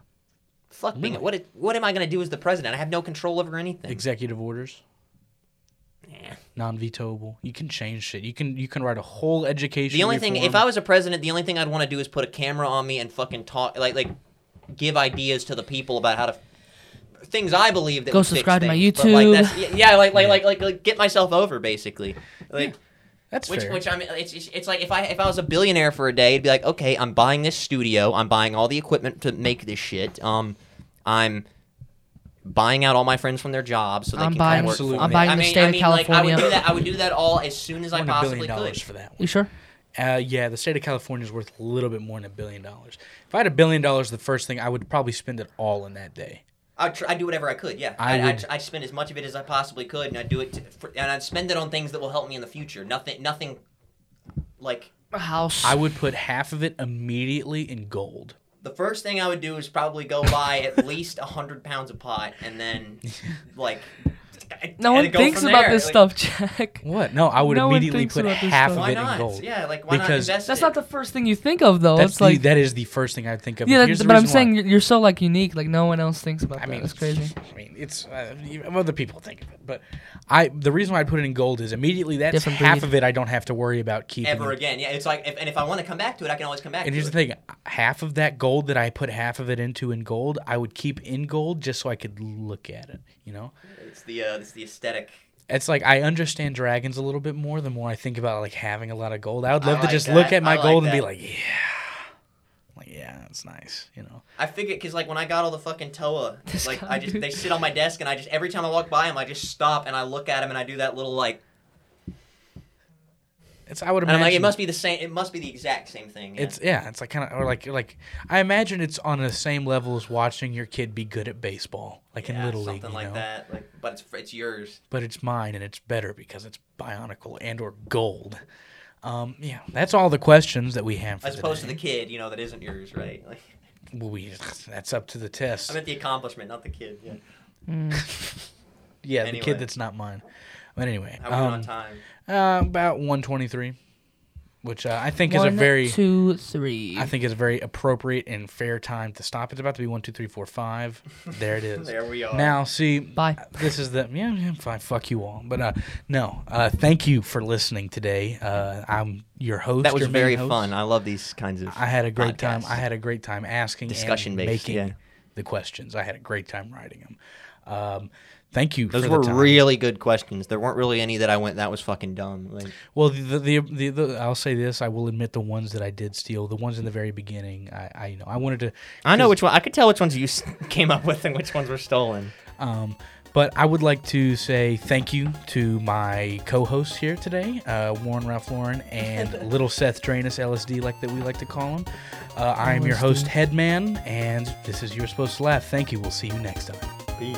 B: Fuck being
A: Really?
B: what it- what am I gonna do as the president? I have no control over anything.
A: Executive orders.
B: Nah.
A: Non-vetoable. You can change shit. You can you can write a whole education.
B: The only thing, if I
A: reform.
B: was a president, the only thing I'd want to do is put a camera on me and fucking talk, like, like, give ideas to the people about how to things I believe that
C: Go
B: would fix
C: subscribe to my
B: things. But, like,
C: YouTube.
B: that's- y- yeah, like, like, like, like, like, get myself over basically. Like,
A: that's
B: which,
A: fair.
B: which I'm, it's, it's, it's like if I if I was a billionaire for a day, it'd be like, okay, I'm buying this studio, I'm buying all the equipment to make this shit. Um, I'm buying out all my friends from their jobs so they
C: I'm
B: can
C: buying-
B: come work for
A: Absolutely.
B: me.
A: I'm
C: buying
B: I
C: the
B: mean,
C: state
B: I
C: of
B: mean, like, I would
C: California.
B: do that. I would do that all as soon as I
A: I want a
B: possibly
A: billion dollars
B: could.
A: for that one.
C: You sure?
A: Uh, yeah, the state of California is worth a little bit more than a billion dollars. If I had a billion dollars, the first thing I would probably spend it all in that day.
B: I'd, tr- I'd do whatever I could. Yeah,
A: I
B: I would
A: would-
B: I'd, I'd spend as much of it as I possibly could, and I'd do it, to, for, and I'd spend it on things that will help me in the future. Nothing, nothing, like
C: A house.
A: I would put half of it immediately in gold.
B: the first thing I would do is probably go buy at least a hundred pounds of pot, and then like and
C: no one
B: go
C: thinks
B: from
C: about
B: there.
C: this
B: Like,
C: stuff, Jack.
A: What? No, I would
C: No one
A: immediately
C: thinks
A: put
C: about this
A: half
C: stuff.
A: of
B: Why
A: it in
B: not?
A: gold.
B: Yeah, like why
A: Because
B: not invest?
C: That's
B: it?
C: not the first thing you think of, though.
A: That's
C: it's
A: the,
C: like
A: that is the first thing I think of.
C: yeah,
A: And
C: that,
A: here's the
C: but I'm
A: reason why.
C: saying you're, you're so like unique. Like no one else thinks about
A: I
C: that.
A: mean,
C: That's crazy.
A: I mean, it's uh, you- other people think of it, but I the reason why I put it in gold is immediately that's
C: Different
A: half
C: breed.
A: of it I don't have to worry about keeping.
B: ever
A: it.
B: again. Yeah, it's like, if, and if I want to come back to it, I can always come back.
A: And
B: to
A: here's
B: it.
A: the thing: half of that gold that I put half of it into in gold, I would keep in gold just so I could look at it. You know,
B: It's the uh, it's the aesthetic.
A: it's like I understand dragons a little bit more the more I think about like having a lot of gold. I would
B: I
A: love
B: like
A: to just
B: that.
A: look at my
B: I like
A: gold and be
B: that.
A: like, yeah, like yeah, it's nice. You know,
B: I figured because like when I got all the fucking Toa,
C: This
B: like
C: guy,
B: I just
C: dude.
B: they sit on my desk and I just every time I walk by them I just stop and I look at them and I do that little like
A: it's I would
B: and I'm
A: imagine
B: like it must be the same it must be the exact same thing. yeah.
A: It's yeah, it's like kind of or like like I imagine it's on the same level as watching your kid be good at baseball, like in
B: Yeah,
A: little league,
B: something
A: you
B: like
A: know.
B: that. Like but it's it's yours.
A: But it's mine and it's better because it's bionicle and or gold. Um, yeah, that's all the questions that we have for
B: As opposed to the
A: today.
B: kid, you know, that isn't yours, right? Like
A: Well, we that's up to the test.
B: I meant the accomplishment, not the kid. Yeah.
A: yeah, the
B: anyway.
A: kid that's not mine. But anyway,
B: How are we on
A: um,
B: time?
A: uh, about 123, which uh, I think is
C: One,
A: a very
C: two, three.
A: I think is a very appropriate and fair time to stop. It's about to be one, two, three, four, five. There it is.
B: There we are.
A: Now, see,
C: Bye.
A: This is the yeah, yeah, fine. Fuck you all. But uh, no, uh, thank you for listening today. Uh, I'm your host.
B: That was
A: your main
B: very
A: host.
B: fun. I love these kinds of
A: I had a great time.
B: podcasts.
A: I had a great time asking
B: Discussion
A: and
B: based,
A: making
B: yeah.
A: the questions. I had a great time writing them. Um, thank you.
B: those
A: for
B: were
A: the time.
B: really good questions. There weren't really any that I went that was fucking dumb. Like
A: Well, the the, the the I'll say this. I will admit the ones that I did steal. The ones in the very beginning. I, I you know I wanted to.
B: I know which one. I could tell which ones you s- came up with and which ones were stolen.
A: Um, but I would like to say thank you to my co-hosts here today, uh, Warren Ralph Lauren and Little Seth Drainus, LSD, like that we like to call him. Uh, I am your host, Headman, and this is You're Supposed to Laugh. Thank you. We'll see you next time.
B: Peace.